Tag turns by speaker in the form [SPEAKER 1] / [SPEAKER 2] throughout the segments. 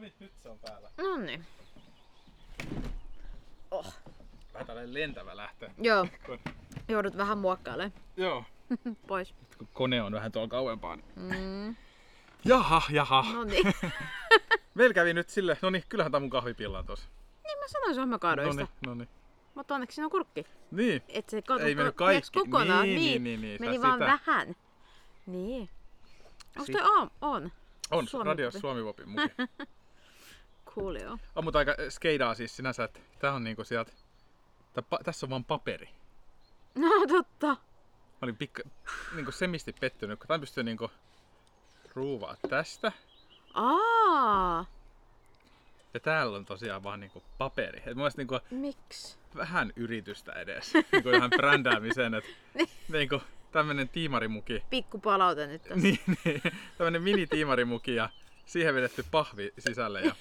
[SPEAKER 1] niin, Nyt se on päällä.
[SPEAKER 2] No niin. Oh.
[SPEAKER 1] Vähän tällainen lentävä lähtö.
[SPEAKER 2] Joo,
[SPEAKER 1] Kun,
[SPEAKER 2] joudut vähän muokkailemaan
[SPEAKER 1] joo.
[SPEAKER 2] pois.
[SPEAKER 1] Kun kone on vähän tuolla kauempaa. Niin...
[SPEAKER 2] Mm.
[SPEAKER 1] Jaha, jaha.
[SPEAKER 2] No niin.
[SPEAKER 1] Meillä kävi nyt sille. No niin, kyllähän tämä mun kahvipilla on tossa. No
[SPEAKER 2] niin mä sanoin sohmakaadoista.
[SPEAKER 1] Noniin, noniin.
[SPEAKER 2] Mutta onneksi siinä on kurkki.
[SPEAKER 1] Niin.
[SPEAKER 2] Et se kato,
[SPEAKER 1] Ei mennyt
[SPEAKER 2] ko-
[SPEAKER 1] kaikki.
[SPEAKER 2] jäikö kokonaan.
[SPEAKER 1] Niin,
[SPEAKER 2] Niin,
[SPEAKER 1] niin, niin, niin,
[SPEAKER 2] Meni
[SPEAKER 1] sä
[SPEAKER 2] vaan
[SPEAKER 1] sitä.
[SPEAKER 2] vähän. Niin. Onko
[SPEAKER 1] Sit-
[SPEAKER 2] toi on? On.
[SPEAKER 1] On,
[SPEAKER 2] Suomi
[SPEAKER 1] Radio
[SPEAKER 2] Popi.
[SPEAKER 1] Suomi Popin muki.
[SPEAKER 2] Cool joo.
[SPEAKER 1] on, mutta aika skeidaa siis sinänsä, että tää on niinku sieltä... Tää, pa, tässä on vaan paperi.
[SPEAKER 2] No totta.
[SPEAKER 1] Mä olin pikka, niinku semisti pettynyt, kun tämän pystyy niinku ruuvaa tästä.
[SPEAKER 2] Aa,
[SPEAKER 1] Ja täällä on tosiaan vaan niinku paperi. Et mun mielestä niinku
[SPEAKER 2] miksi?
[SPEAKER 1] vähän yritystä edes. niinku ihan brändäämiseen, että niinku tämmönen tiimarimuki.
[SPEAKER 2] Pikku palaute nyt tässä.
[SPEAKER 1] Niin, niin. Tämmönen mini tiimarimuki ja siihen vedetty pahvi sisälle ja...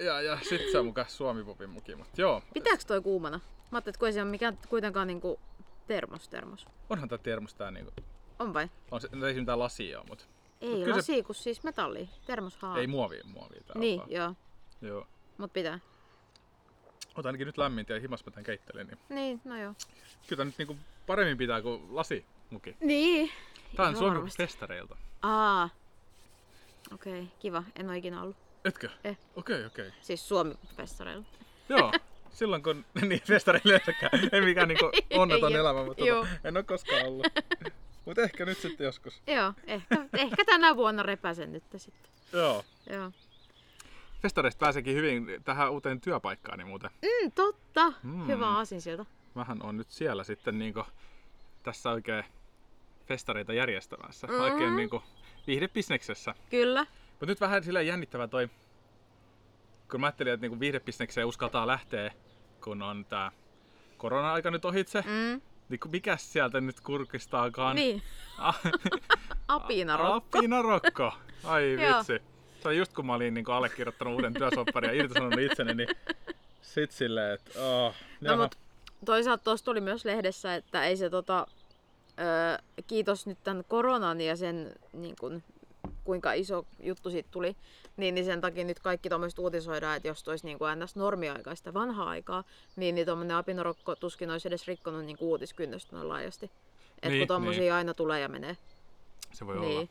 [SPEAKER 1] Ja, ja sit se on mukaan Suomi-popin muki, mut joo.
[SPEAKER 2] Pitääks toi kuumana? Mä ajattelin, että kun ei se ole mikään kuitenkaan niinku termos, termos.
[SPEAKER 1] Onhan tää termos tää niinku...
[SPEAKER 2] On vai?
[SPEAKER 1] On se, no ei se mitään lasia oo, mut...
[SPEAKER 2] Ei
[SPEAKER 1] kyllä se-
[SPEAKER 2] lasi, kun siis metalli. Termoshaa.
[SPEAKER 1] Ei muovia, muovia tää on
[SPEAKER 2] Niin,
[SPEAKER 1] vaan.
[SPEAKER 2] joo.
[SPEAKER 1] joo.
[SPEAKER 2] Mut pitää.
[SPEAKER 1] Mutta ainakin nyt lämmintä ja himas mä tän keittelin, niin
[SPEAKER 2] Niin, no joo.
[SPEAKER 1] kyllä tää nyt niinku paremmin pitää kuin lasi muki.
[SPEAKER 2] Niin.
[SPEAKER 1] Tää on
[SPEAKER 2] Ihan
[SPEAKER 1] Suomen
[SPEAKER 2] varmasti.
[SPEAKER 1] festareilta.
[SPEAKER 2] Aa. Okei, okay, kiva. En oo ikinä ollut.
[SPEAKER 1] Etkö? Okei,
[SPEAKER 2] Eh.
[SPEAKER 1] okei. Okay, okay.
[SPEAKER 2] Siis Suomi-festareilla.
[SPEAKER 1] Joo. Silloin kun, niin festareille yleensäkään. ei mikään niinku onneton
[SPEAKER 2] Jep.
[SPEAKER 1] elämä, mutta
[SPEAKER 2] Joo.
[SPEAKER 1] tota, en oo koskaan ollut. Mut ehkä nyt sitten joskus.
[SPEAKER 2] Joo, ehkä, ehkä tänä vuonna repäsen nyt sitten.
[SPEAKER 1] Joo.
[SPEAKER 2] Joo.
[SPEAKER 1] Festareista pääsekin hyvin tähän uuteen työpaikkaan, niin muuten.
[SPEAKER 2] Mm, totta.
[SPEAKER 1] Mm.
[SPEAKER 2] Mm. Hyvä aasin sieltä.
[SPEAKER 1] Mähän on nyt siellä sitten niinku tässä oikein festareita järjestämässä. Mm-hmm. Oikein
[SPEAKER 2] Mhm.
[SPEAKER 1] niinku viihdebisneksessä.
[SPEAKER 2] Kyllä.
[SPEAKER 1] Mutta nyt vähän silleen jännittävä toi, kun mä ajattelin, että niinku viihdebisnekseen uskaltaa lähteä, kun on tää korona-aika nyt ohitse, mm.
[SPEAKER 2] Mm.
[SPEAKER 1] niin kun mikäs sieltä nyt kurkistaakaan?
[SPEAKER 2] Niin.
[SPEAKER 1] Ah,
[SPEAKER 2] Apinarokko.
[SPEAKER 1] Apinarokko. Ai
[SPEAKER 2] Joo.
[SPEAKER 1] vitsi. Se on just kun mä olin niinku allekirjoittanut uuden työsopparin ja irtisanonut itseni, niin sit silleen, että oh,
[SPEAKER 2] No, mut toisaalta tuossa tuli myös lehdessä, että ei se tota, ö, kiitos nyt tämän koronan ja sen niin kun, kuinka iso juttu siitä tuli, niin, niin sen takia nyt kaikki tuommoiset uutisoidaan, että jos olisi niin kuin ns. normiaikaista vanhaa aikaa, niin, niin tuommoinen apinorokko tuskin olisi edes rikkonut niin uutiskynnystä noin laajasti. Et
[SPEAKER 1] Niin,
[SPEAKER 2] kun tuommoisia
[SPEAKER 1] niin.
[SPEAKER 2] aina tulee ja menee.
[SPEAKER 1] se voi olla.
[SPEAKER 2] Niin.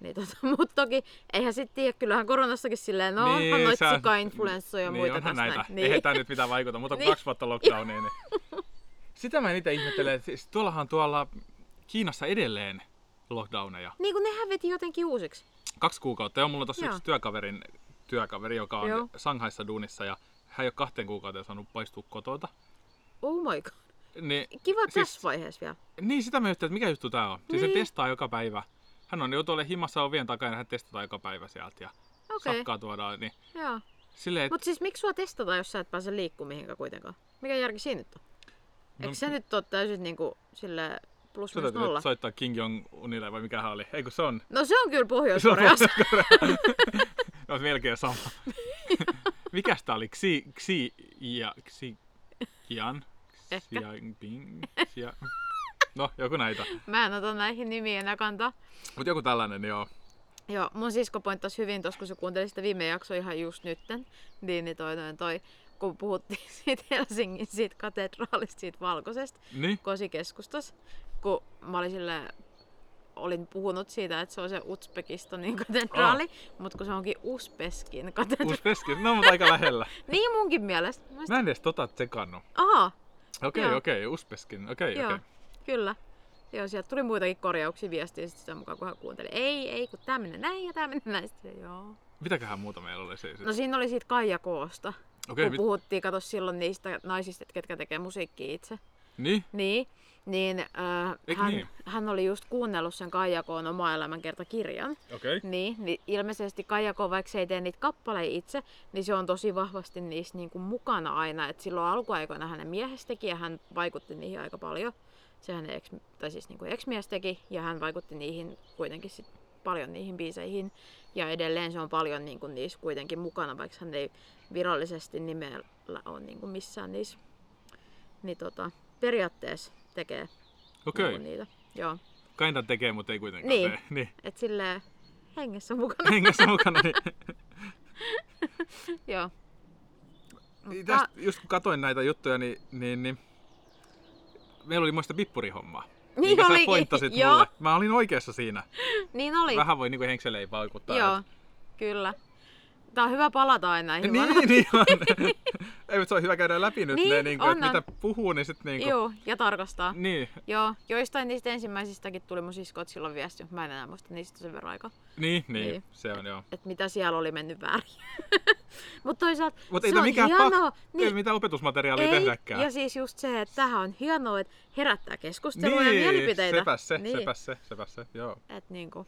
[SPEAKER 2] Niin tota, mutta toki, eihän sit tiedä, kyllähän koronassakin silleen, no niin, onhan noita
[SPEAKER 1] sä-
[SPEAKER 2] sikainfluenssoja ja
[SPEAKER 1] niin,
[SPEAKER 2] muita
[SPEAKER 1] onhan
[SPEAKER 2] tässä
[SPEAKER 1] näitä.
[SPEAKER 2] näin.
[SPEAKER 1] Niin. Eihän tää nyt mitään vaikuta, mutta niin.
[SPEAKER 2] Niin.
[SPEAKER 1] kaksi vuotta lockdownia. Niin. Sitä mä itse ihmettelen, että siis tuollahan tuolla Kiinassa edelleen lockdowneja.
[SPEAKER 2] niin kun nehän veti jotenkin uusiksi.
[SPEAKER 1] Kaksi kuukautta. Ja mulla on tossa
[SPEAKER 2] Joo.
[SPEAKER 1] yksi työkaverin työkaveri, joka on Joo.
[SPEAKER 2] Joo.
[SPEAKER 1] Sanghaissa duunissa ja hän ei ole kahteen kuukauteen saanut paistua kotota.
[SPEAKER 2] Oh my god.
[SPEAKER 1] Niin,
[SPEAKER 2] Kiva siis...
[SPEAKER 1] Siis-
[SPEAKER 2] tässä vaiheessa vielä.
[SPEAKER 1] niin sitä mä juttelin, että mikä juttu tää on. Siis niin. se
[SPEAKER 2] Niin.
[SPEAKER 1] testaa joka päivä. Hän on joutuu olemaan himassa ovien takana ja hän testataan joka päivä sieltä ja okay.
[SPEAKER 2] Okei, okay.
[SPEAKER 1] sakkaa tuodaan. Niin
[SPEAKER 2] joo.
[SPEAKER 1] silleen, et,
[SPEAKER 2] Mut siis miksi sua testataan, jos sä et pääse liikkumaan mihinkään kuitenkaan? Mikä järki siinä nyt on? Eikö
[SPEAKER 1] No-
[SPEAKER 2] se nyt ole täysin niinku sille plus
[SPEAKER 1] sä
[SPEAKER 2] minus
[SPEAKER 1] täytyy
[SPEAKER 2] nolla?
[SPEAKER 1] nyt soittaa King Jong-unille vai mikä hän oli. Ei kun se on
[SPEAKER 2] No se on kyllä
[SPEAKER 1] Se on
[SPEAKER 2] Pohjois-Koreassa.
[SPEAKER 1] No melkein sama. Mikäs tää oli? Xi, Xi ja Xi Jan?
[SPEAKER 2] Ehkä.
[SPEAKER 1] Xi Jinping? Xi Ja... No, joku näitä.
[SPEAKER 2] Mä en ota näihin nimiin enää kantaa.
[SPEAKER 1] Mut joku tällainen, joo.
[SPEAKER 2] Joo, mun sisko pointtasi hyvin tuossa, kun se kuunteli sitä viime jaksoa ihan just nytten, niin niin toi, toi, toi kun puhuttiin siitä Helsingin siitä katedraalista, siitä valkoisesta
[SPEAKER 1] Niin?
[SPEAKER 2] kosikeskustas, kun mä olin sille, olin puhunut siitä, että se on se Uzbekistanin katedraali, mutta kun se onkin Uzbeskin katedraali.
[SPEAKER 1] Uusi peski. No, mutta aika lähellä.
[SPEAKER 2] niin munkin mielestä. Mä sit-
[SPEAKER 1] Mä en edes tota tsekannut.
[SPEAKER 2] Aha,
[SPEAKER 1] Okei,
[SPEAKER 2] Joo.
[SPEAKER 1] okei, uspeskin. Okei,
[SPEAKER 2] joo,
[SPEAKER 1] okei.
[SPEAKER 2] kyllä. Joo, sieltä tuli muitakin korjauksia viestiä sit sitä mukaan, kun hän kuunteli. Ei, ei, kun tää menee näin ja tää menee näin. Sitten, joo.
[SPEAKER 1] Mitäköhän muuta meillä oli siis?
[SPEAKER 2] No siinä oli siitä Kaija Koosta.
[SPEAKER 1] Okei,
[SPEAKER 2] kun
[SPEAKER 1] mit...
[SPEAKER 2] puhuttiin, kato silloin niistä naisista, että ketkä tekee musiikkia itse.
[SPEAKER 1] Niin?
[SPEAKER 2] Niin, niin,
[SPEAKER 1] Eik
[SPEAKER 2] äh, hän,
[SPEAKER 1] niin?
[SPEAKER 2] hän, oli just kuunnellut sen Kaijakoon oma elämänkerta kirjan.
[SPEAKER 1] Okei.
[SPEAKER 2] Niin, niin ilmeisesti Kaijako, vaikka se ei tee niitä kappaleita itse, niin se on tosi vahvasti niissä niinku mukana aina. Et silloin alkuaikoina hänen miehes teki ja hän vaikutti niihin aika paljon. Se hänen ex, tai siis niinku ex-mies teki ja hän vaikutti niihin kuitenkin sit paljon niihin biiseihin. Ja edelleen se on paljon niinku niissä kuitenkin mukana, vaikka hän ei virallisesti nimellä ole niinku missään niissä. Niin tota, periaatteessa tekee
[SPEAKER 1] Okei.
[SPEAKER 2] niinku niitä. Joo.
[SPEAKER 1] Kinda tekee, mutta ei kuitenkaan
[SPEAKER 2] Niin.
[SPEAKER 1] tee. Niin.
[SPEAKER 2] Et silleen, hengessä mukana.
[SPEAKER 1] hengessä mukana. Niin,
[SPEAKER 2] Joo.
[SPEAKER 1] niin
[SPEAKER 2] Mutta-
[SPEAKER 1] tästä, just kun katsoin näitä juttuja, niin, niin, niin meillä oli muista pippurihommaa.
[SPEAKER 2] Niin
[SPEAKER 1] minkä
[SPEAKER 2] olikin,
[SPEAKER 1] sä pointtasit
[SPEAKER 2] joo.
[SPEAKER 1] mulle. Mä olin oikeassa siinä.
[SPEAKER 2] Niin oli.
[SPEAKER 1] Vähän voi niinku henkselein vaikuttaa.
[SPEAKER 2] Joo, kyllä. Tää on hyvä palata aina
[SPEAKER 1] Et...
[SPEAKER 2] hieman.
[SPEAKER 1] Niin, niin on. Ei, mutta se on hyvä käydä läpi nyt
[SPEAKER 2] Niin,
[SPEAKER 1] ne, niinku,
[SPEAKER 2] on,
[SPEAKER 1] että
[SPEAKER 2] on.
[SPEAKER 1] mitä puhuu, niin sitten niinku...
[SPEAKER 2] Joo, ja tarkastaa.
[SPEAKER 1] Niin,
[SPEAKER 2] Joo, joistain niistä ensimmäisistäkin tuli mun siskot silloin viesti, mutta mä en enää muista niistä sen verran aikaa.
[SPEAKER 1] niin, niin,
[SPEAKER 2] Niin.
[SPEAKER 1] niin, se on joo.
[SPEAKER 2] Että mitä siellä oli mennyt väärin. mutta toisaalta
[SPEAKER 1] Mutta
[SPEAKER 2] se
[SPEAKER 1] ei tämä
[SPEAKER 2] on
[SPEAKER 1] mikään
[SPEAKER 2] hienoa.
[SPEAKER 1] pakko, niin. ei mitään opetusmateriaalia
[SPEAKER 2] ei,
[SPEAKER 1] tehdäkään.
[SPEAKER 2] ja siis just se, että tähän on hienoa, että herättää keskustelua ja mielipiteitä.
[SPEAKER 1] sepäs Niin, se,
[SPEAKER 2] niin.
[SPEAKER 1] niin. sepäs se, sepäs se, joo.
[SPEAKER 2] Et niinku,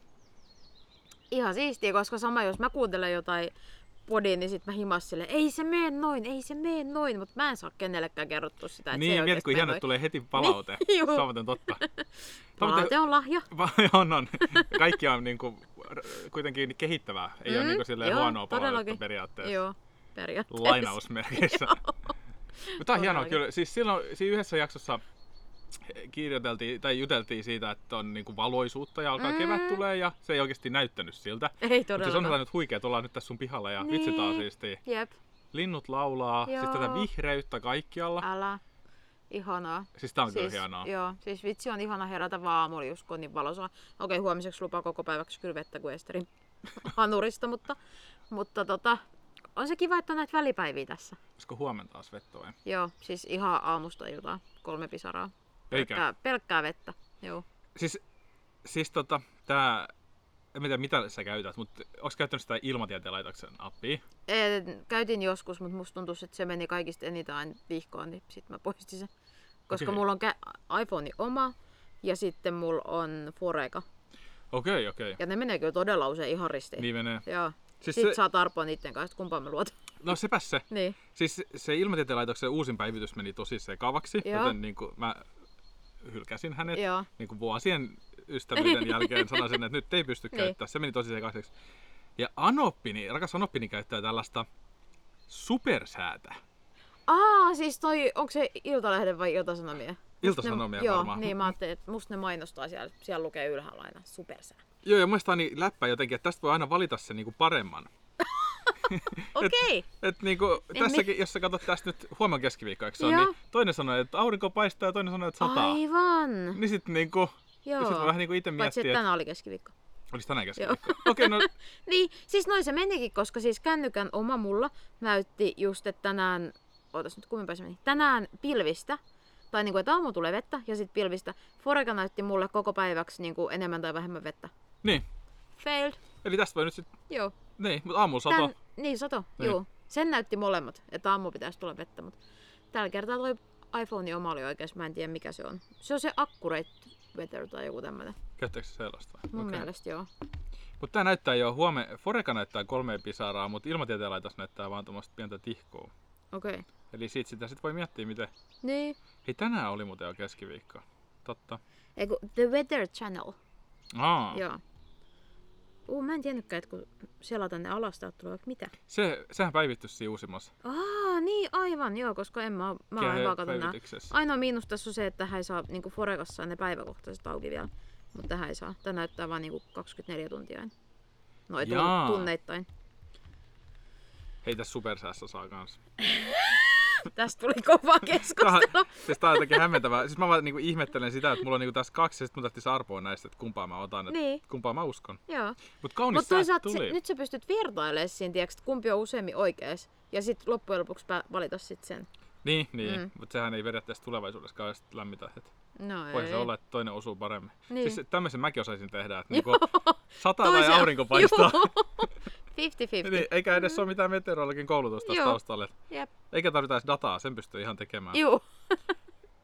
[SPEAKER 2] ihan siistiä, koska sama jos mä kuuntelen jotain podia, niin sit mä himas sille, ei se mene noin, ei se mene noin, mutta mä en saa kenellekään kerrottu sitä, että se
[SPEAKER 1] niin,
[SPEAKER 2] ei
[SPEAKER 1] mietit,
[SPEAKER 2] oikeesti
[SPEAKER 1] kun
[SPEAKER 2] mene
[SPEAKER 1] hieno, että
[SPEAKER 2] noin.
[SPEAKER 1] tulee heti palaute.
[SPEAKER 2] Niin, juu.
[SPEAKER 1] Se on muuten totta.
[SPEAKER 2] Palaute on lahja.
[SPEAKER 1] Va- on, on. Kaikki on niin kuin, kuitenkin kehittävää. Ei mm, ole niin kuin, silleen
[SPEAKER 2] joo,
[SPEAKER 1] huonoa palautetta
[SPEAKER 2] todellakin.
[SPEAKER 1] periaatteessa.
[SPEAKER 2] Joo, periaatteessa.
[SPEAKER 1] Lainausmerkeissä. Mutta on hienoa
[SPEAKER 2] Todellakin.
[SPEAKER 1] kyllä. Siis silloin siinä yhdessä jaksossa eh, kirjoiteltiin tai juteltiin siitä, että on niinku valoisuutta ja alkaa
[SPEAKER 2] Mm.
[SPEAKER 1] mm. kevät tulee ja se ei oikeasti näyttänyt siltä.
[SPEAKER 2] Ei
[SPEAKER 1] Mutta se on
[SPEAKER 2] todellakaan.
[SPEAKER 1] nyt huikea, että ollaan nyt tässä sun pihalla ja
[SPEAKER 2] Niin.
[SPEAKER 1] niin. vitsi tää on siistiä.
[SPEAKER 2] Jep,
[SPEAKER 1] Linnut laulaa, Joo. siis tätä
[SPEAKER 2] Joo.
[SPEAKER 1] vihreyttä kaikkialla.
[SPEAKER 2] älä. Ihanaa.
[SPEAKER 1] Siis tää on
[SPEAKER 2] siis,
[SPEAKER 1] kyllä hienoa.
[SPEAKER 2] Joo, siis vitsi on ihana herätä vaan aamulla just kun on niin valosaa. Okei, huomiseksi lupaa koko päiväksi kylvettä kuin Esterin hanurista, mutta, mutta tota, on se kiva, että on näitä välipäiviä tässä.
[SPEAKER 1] Olisiko huomenna taas vettä vai?
[SPEAKER 2] Joo, siis ihan aamusta iltaan. Kolme pisaraa.
[SPEAKER 1] Eikä.
[SPEAKER 2] Pelkkää, pelkkää vettä. Joo.
[SPEAKER 1] Siis, siis tota, tää, en mä tiedä mitä sä käytät, mutta onko käyttänyt sitä ilmatieteen laitoksen appia?
[SPEAKER 2] En, käytin joskus, mutta musta tuntuu, että se meni kaikista eniten aina vihkoon, niin sit mä poistin sen. Koska
[SPEAKER 1] Okei.
[SPEAKER 2] mulla on kä- iPhone oma ja sitten mulla on Foreca.
[SPEAKER 1] Okei, okei.
[SPEAKER 2] Ja ne menee kyllä todella usein ihan ristiin.
[SPEAKER 1] Niin menee.
[SPEAKER 2] Joo. Siis
[SPEAKER 1] Siis
[SPEAKER 2] Sitten
[SPEAKER 1] se-
[SPEAKER 2] saa tarpoa niiden kanssa, että kumpaan me luotan.
[SPEAKER 1] No sepäs se.
[SPEAKER 2] Niin.
[SPEAKER 1] Siis se Ilmatieteen laitoksen uusin päivitys meni tosi sekavaksi,
[SPEAKER 2] Joo.
[SPEAKER 1] Joo. joten niin kuin mä hylkäsin hänet
[SPEAKER 2] Joo.
[SPEAKER 1] niin kuin vuosien ystävyyden jälkeen sanoisin, että nyt ei pysty
[SPEAKER 2] Niin.
[SPEAKER 1] käyttämään. Se meni tosi sekaiseksi. Ja Anoppini, rakas Anoppini käyttää tällaista supersäätä.
[SPEAKER 2] Aa, siis toi, onko se Iltalehden vai Iltasanomia? Must
[SPEAKER 1] Iltasanomia
[SPEAKER 2] ne, Joo,
[SPEAKER 1] varmaan.
[SPEAKER 2] niin mä ajattelin, että musta ne mainostaa siellä, siellä lukee ylhäällä aina supersää.
[SPEAKER 1] Joo, ja muistaa niin läppä jotenkin, että tästä voi aina valita sen niin kuin paremman.
[SPEAKER 2] Okei,
[SPEAKER 1] Et niin kuin tässäkin, jos sä katsot tästä nyt huomenna keskiviikko, eikö se on,
[SPEAKER 2] Joo.
[SPEAKER 1] niin toinen sanoi, että aurinko paistaa ja toinen sanoi, että sataa.
[SPEAKER 2] aivan.
[SPEAKER 1] Niin sitten niin kuin,
[SPEAKER 2] Joo.
[SPEAKER 1] sit voi vähän niin kuin itse
[SPEAKER 2] Paitsi,
[SPEAKER 1] miettiä,
[SPEAKER 2] että
[SPEAKER 1] että
[SPEAKER 2] tänään oli keskiviikko.
[SPEAKER 1] olis tänään keskiviikko. Okei, no
[SPEAKER 2] Niin, siis noin se menikin, koska siis kännykän oma mulla näytti just, että tänään, ootas nyt kummin päin se meni, tänään pilvistä, tai niinku, että aamu tulee vettä ja sitten pilvistä. Foreka näytti mulle koko päiväksi niinku enemmän tai vähemmän vettä.
[SPEAKER 1] niin.
[SPEAKER 2] Failed.
[SPEAKER 1] Eli tästä voi nyt sitten,
[SPEAKER 2] Joo.
[SPEAKER 1] niin, mutta aamulla sato.
[SPEAKER 2] Tän, niin, sato.
[SPEAKER 1] Niin.
[SPEAKER 2] Joo. Sen näytti molemmat, että aamu pitäisi tulla vettä, mutta tällä kertaa toi iPhone oma oli oikeassa, mä en tiedä mikä se on. Se on se Accurate Weather tai joku tämmönen.
[SPEAKER 1] Käyttääkö se sellaista?
[SPEAKER 2] Mun
[SPEAKER 1] Okei.
[SPEAKER 2] okay. mielestä joo.
[SPEAKER 1] Mutta tämä näyttää jo huomenna, Foreka näyttää kolme pisaraa, mutta ilmatieteen laitos näyttää vaan tuommoista pientä tihkoa.
[SPEAKER 2] Okei. Okay.
[SPEAKER 1] Eli siitä sitä sitten voi miettiä, miten...
[SPEAKER 2] Niin.
[SPEAKER 1] Hei, tänään oli muuten jo keskiviikko. Totta.
[SPEAKER 2] Eiku, The Weather Channel.
[SPEAKER 1] Aa,
[SPEAKER 2] Joo. Uu, mä en tiennytkään, että kun selataan ne alas, täältä tulee vaikka mitä.
[SPEAKER 1] se, sehän päivitys siinä uusimmassa
[SPEAKER 2] Aa, niin aivan, joo, koska en mä, oo- mä oon
[SPEAKER 1] Kehe-
[SPEAKER 2] vaan katon nää.
[SPEAKER 1] päivityksessä.
[SPEAKER 2] Ainoa miinus tässä on se, että hän ei saa niinku Forekassa saa ne päiväkohtaiset auki vielä. Mutta tähän ei saa. Tää näyttää vaan niinku 24 tuntia aina. No ei
[SPEAKER 1] Jaa.
[SPEAKER 2] tunneittain.
[SPEAKER 1] Hei, tässä supersäässä saa kans.
[SPEAKER 2] Tästä tuli kova
[SPEAKER 1] Tää,
[SPEAKER 2] keskustelu.
[SPEAKER 1] siis tää on jotenkin hämmentävää. Siis mä vaan niinku ihmettelen sitä, että mulla on niinku tässä kaksi, ja sit mun tähtis arpoa näistä, että kumpaa mä otan, että
[SPEAKER 2] Niin.
[SPEAKER 1] kumpaa mä uskon.
[SPEAKER 2] joo.
[SPEAKER 1] Mut kaunis
[SPEAKER 2] Mutta
[SPEAKER 1] Mut
[SPEAKER 2] toisaalta
[SPEAKER 1] tuli.
[SPEAKER 2] se, nyt sä pystyt vertailemaan siinä, tiiäks, että kumpi on useammin oikees. Ja sit loppujen lopuksi pä- valita sit sen.
[SPEAKER 1] Niin, niin.
[SPEAKER 2] Mm.
[SPEAKER 1] Mm. mutta sehän ei periaatteessa tulevaisuudessa kauheasti lämmitä. Et
[SPEAKER 2] No
[SPEAKER 1] voihan
[SPEAKER 2] ei.
[SPEAKER 1] se olla, että toinen osuu paremmin.
[SPEAKER 2] Niin.
[SPEAKER 1] Niin. Siis tämmöisen mäkin osaisin tehdä, että niinku sataa tai
[SPEAKER 2] Toisen-
[SPEAKER 1] aurinko paistaa.
[SPEAKER 2] Joo. 50-50.
[SPEAKER 1] niin, eikä edes ole mitään meteorologin koulutusta tässä
[SPEAKER 2] Joo.
[SPEAKER 1] taustalla. et
[SPEAKER 2] Jep.
[SPEAKER 1] Eikä tarvita edes dataa, sen pystyy ihan tekemään.
[SPEAKER 2] Juu.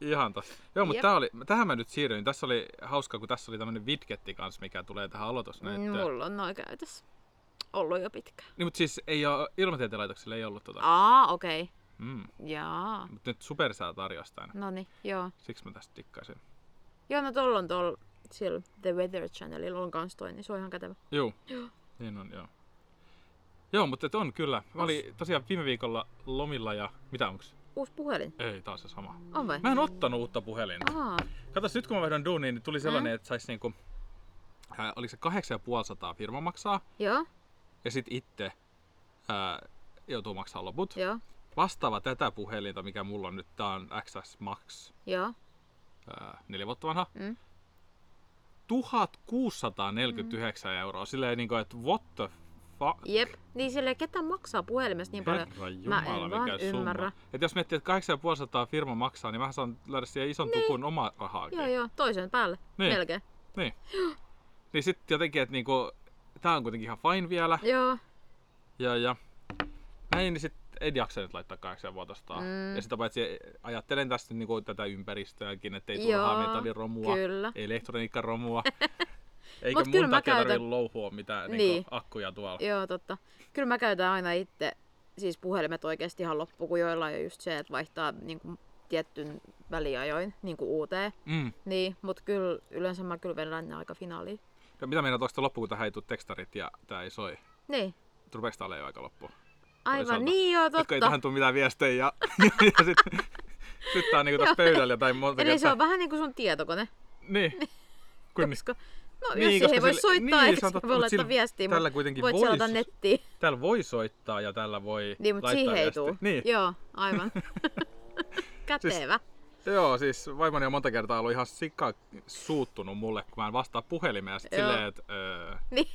[SPEAKER 1] Ihan tossa. Joo,
[SPEAKER 2] Jep.
[SPEAKER 1] mutta tää oli, tähän mä nyt siirryin. Tässä oli hauskaa, kun tässä oli tämmönen vidgetti kanssa, mikä tulee tähän aloitusnäyttöön.
[SPEAKER 2] Mm, Mulla on noin käytössä. Ollut jo pitkään.
[SPEAKER 1] Niin, mutta siis ei ole, ilmatieteen laitoksella ei ollut tota.
[SPEAKER 2] Aa, okei. Okay.
[SPEAKER 1] Mm.
[SPEAKER 2] Jaa.
[SPEAKER 1] Mutta nyt supersää tarjosi tän.
[SPEAKER 2] Noni, joo.
[SPEAKER 1] Siksi mä tästä tikkasin.
[SPEAKER 2] Joo, no tuolla on tuolla siellä The Weather Channelilla on kans toi, niin se on ihan kätevä.
[SPEAKER 1] Joo. Niin on, joo. Joo, mutta et on kyllä. Mä olin tosiaan viime viikolla lomilla ja... Mitä onks?
[SPEAKER 2] Uusi puhelin.
[SPEAKER 1] Ei, taas se sama.
[SPEAKER 2] On vai?
[SPEAKER 1] Mä en ottanut uutta puhelinta.
[SPEAKER 2] Aa,
[SPEAKER 1] Katos, nyt kun mä vaihdan duuniin, niin tuli sellainen,
[SPEAKER 2] Mm.
[SPEAKER 1] että sais niinku ää, oliko se 8500 firma maksaa,
[SPEAKER 2] Joo,
[SPEAKER 1] ja sitten itse ää, joutuu maksaa loput.
[SPEAKER 2] joo,
[SPEAKER 1] Vastaava tätä puhelinta, mikä mulla on nyt, tää on XS Max,
[SPEAKER 2] joo.
[SPEAKER 1] ää, Äh, neljä vuotta vanha,
[SPEAKER 2] Mm.
[SPEAKER 1] 1649 euroa. Silleen niinku, että what the fuck?
[SPEAKER 2] Jep. Mm. Niin silleen, ketä maksaa puhelimessa niin paljon?
[SPEAKER 1] Herra
[SPEAKER 2] Mä
[SPEAKER 1] Jumala,
[SPEAKER 2] en
[SPEAKER 1] mikä
[SPEAKER 2] vaan
[SPEAKER 1] summa.
[SPEAKER 2] ymmärrä.
[SPEAKER 1] Et jos miettii, että 8500 firma maksaa, niin mä saan löydä siihen ison niin. tukun omaa rahaa.
[SPEAKER 2] Joo, joo, toisen päälle.
[SPEAKER 1] Niin.
[SPEAKER 2] Melkein.
[SPEAKER 1] Niin. niin sitten jotenkin, että niinku, tää on kuitenkin ihan fine vielä.
[SPEAKER 2] Joo,
[SPEAKER 1] Ja, ja näin, niin sit en jaksa nyt laittaa kahdeksan vuotosta.
[SPEAKER 2] Mm.
[SPEAKER 1] Mm. Ja sitä paitsi ajattelen tästä niinku tätä ympäristöäkin, ettei
[SPEAKER 2] Joo,
[SPEAKER 1] turhaa metalliromua,
[SPEAKER 2] kyllä.
[SPEAKER 1] elektroniikkaromua. Eikä
[SPEAKER 2] Mut
[SPEAKER 1] mun
[SPEAKER 2] kyllä mä
[SPEAKER 1] takia
[SPEAKER 2] käytän-
[SPEAKER 1] tarvitse louhua mitään niin.
[SPEAKER 2] Niin.
[SPEAKER 1] niinku, akkuja tuolla.
[SPEAKER 2] joo, totta. Kyllä mä käytän aina itse siis puhelimet oikeasti ihan loppu, kun joillain on just se, että vaihtaa niin kuin, tiettyn väliajoin niin kuin uuteen.
[SPEAKER 1] Mm.
[SPEAKER 2] Niin, mutta kyllä yleensä mä kyllä vedän ne aika finaaliin.
[SPEAKER 1] Ja mitä meinaat, onko loppu, kun tähän ei tule tekstarit ja tää ei soi?
[SPEAKER 2] Niin,
[SPEAKER 1] Rupeeko tää olemaan jo aika loppu?
[SPEAKER 2] aivan
[SPEAKER 1] Toisaalta,
[SPEAKER 2] niin joo,
[SPEAKER 1] Koska ei
[SPEAKER 2] totta.
[SPEAKER 1] tähän tule mitään viestejä ja, ja sit, sit tää on niinku tässä pöydällä tai monta
[SPEAKER 2] Eli se
[SPEAKER 1] kertaa.
[SPEAKER 2] on vähän niin kuin sun tietokone.
[SPEAKER 1] Niin. Kun,
[SPEAKER 2] Koska, no
[SPEAKER 1] Niin,
[SPEAKER 2] niin, jos siihen
[SPEAKER 1] koska
[SPEAKER 2] ei voi
[SPEAKER 1] sille-
[SPEAKER 2] soittaa,
[SPEAKER 1] niin,
[SPEAKER 2] niin,
[SPEAKER 1] sä
[SPEAKER 2] ei
[SPEAKER 1] otat-
[SPEAKER 2] voi
[SPEAKER 1] mut
[SPEAKER 2] laittaa
[SPEAKER 1] sillä-
[SPEAKER 2] viestiä,
[SPEAKER 1] tällä
[SPEAKER 2] mut
[SPEAKER 1] kuitenkin
[SPEAKER 2] voit
[SPEAKER 1] voi
[SPEAKER 2] selata
[SPEAKER 1] siis-
[SPEAKER 2] nettiin.
[SPEAKER 1] Täällä voi soittaa ja täällä voi
[SPEAKER 2] Niin, mutta
[SPEAKER 1] laittaa
[SPEAKER 2] siihen ei
[SPEAKER 1] viestiä.
[SPEAKER 2] tule.
[SPEAKER 1] Niin.
[SPEAKER 2] Joo, aivan. Kätevä.
[SPEAKER 1] Joo, siis vaimoni on monta kertaa ollut ihan sika suuttunut mulle, kun mä en vastaa puhelimeen. Ja sit
[SPEAKER 2] Joo.
[SPEAKER 1] silleen, että öö,
[SPEAKER 2] Niin,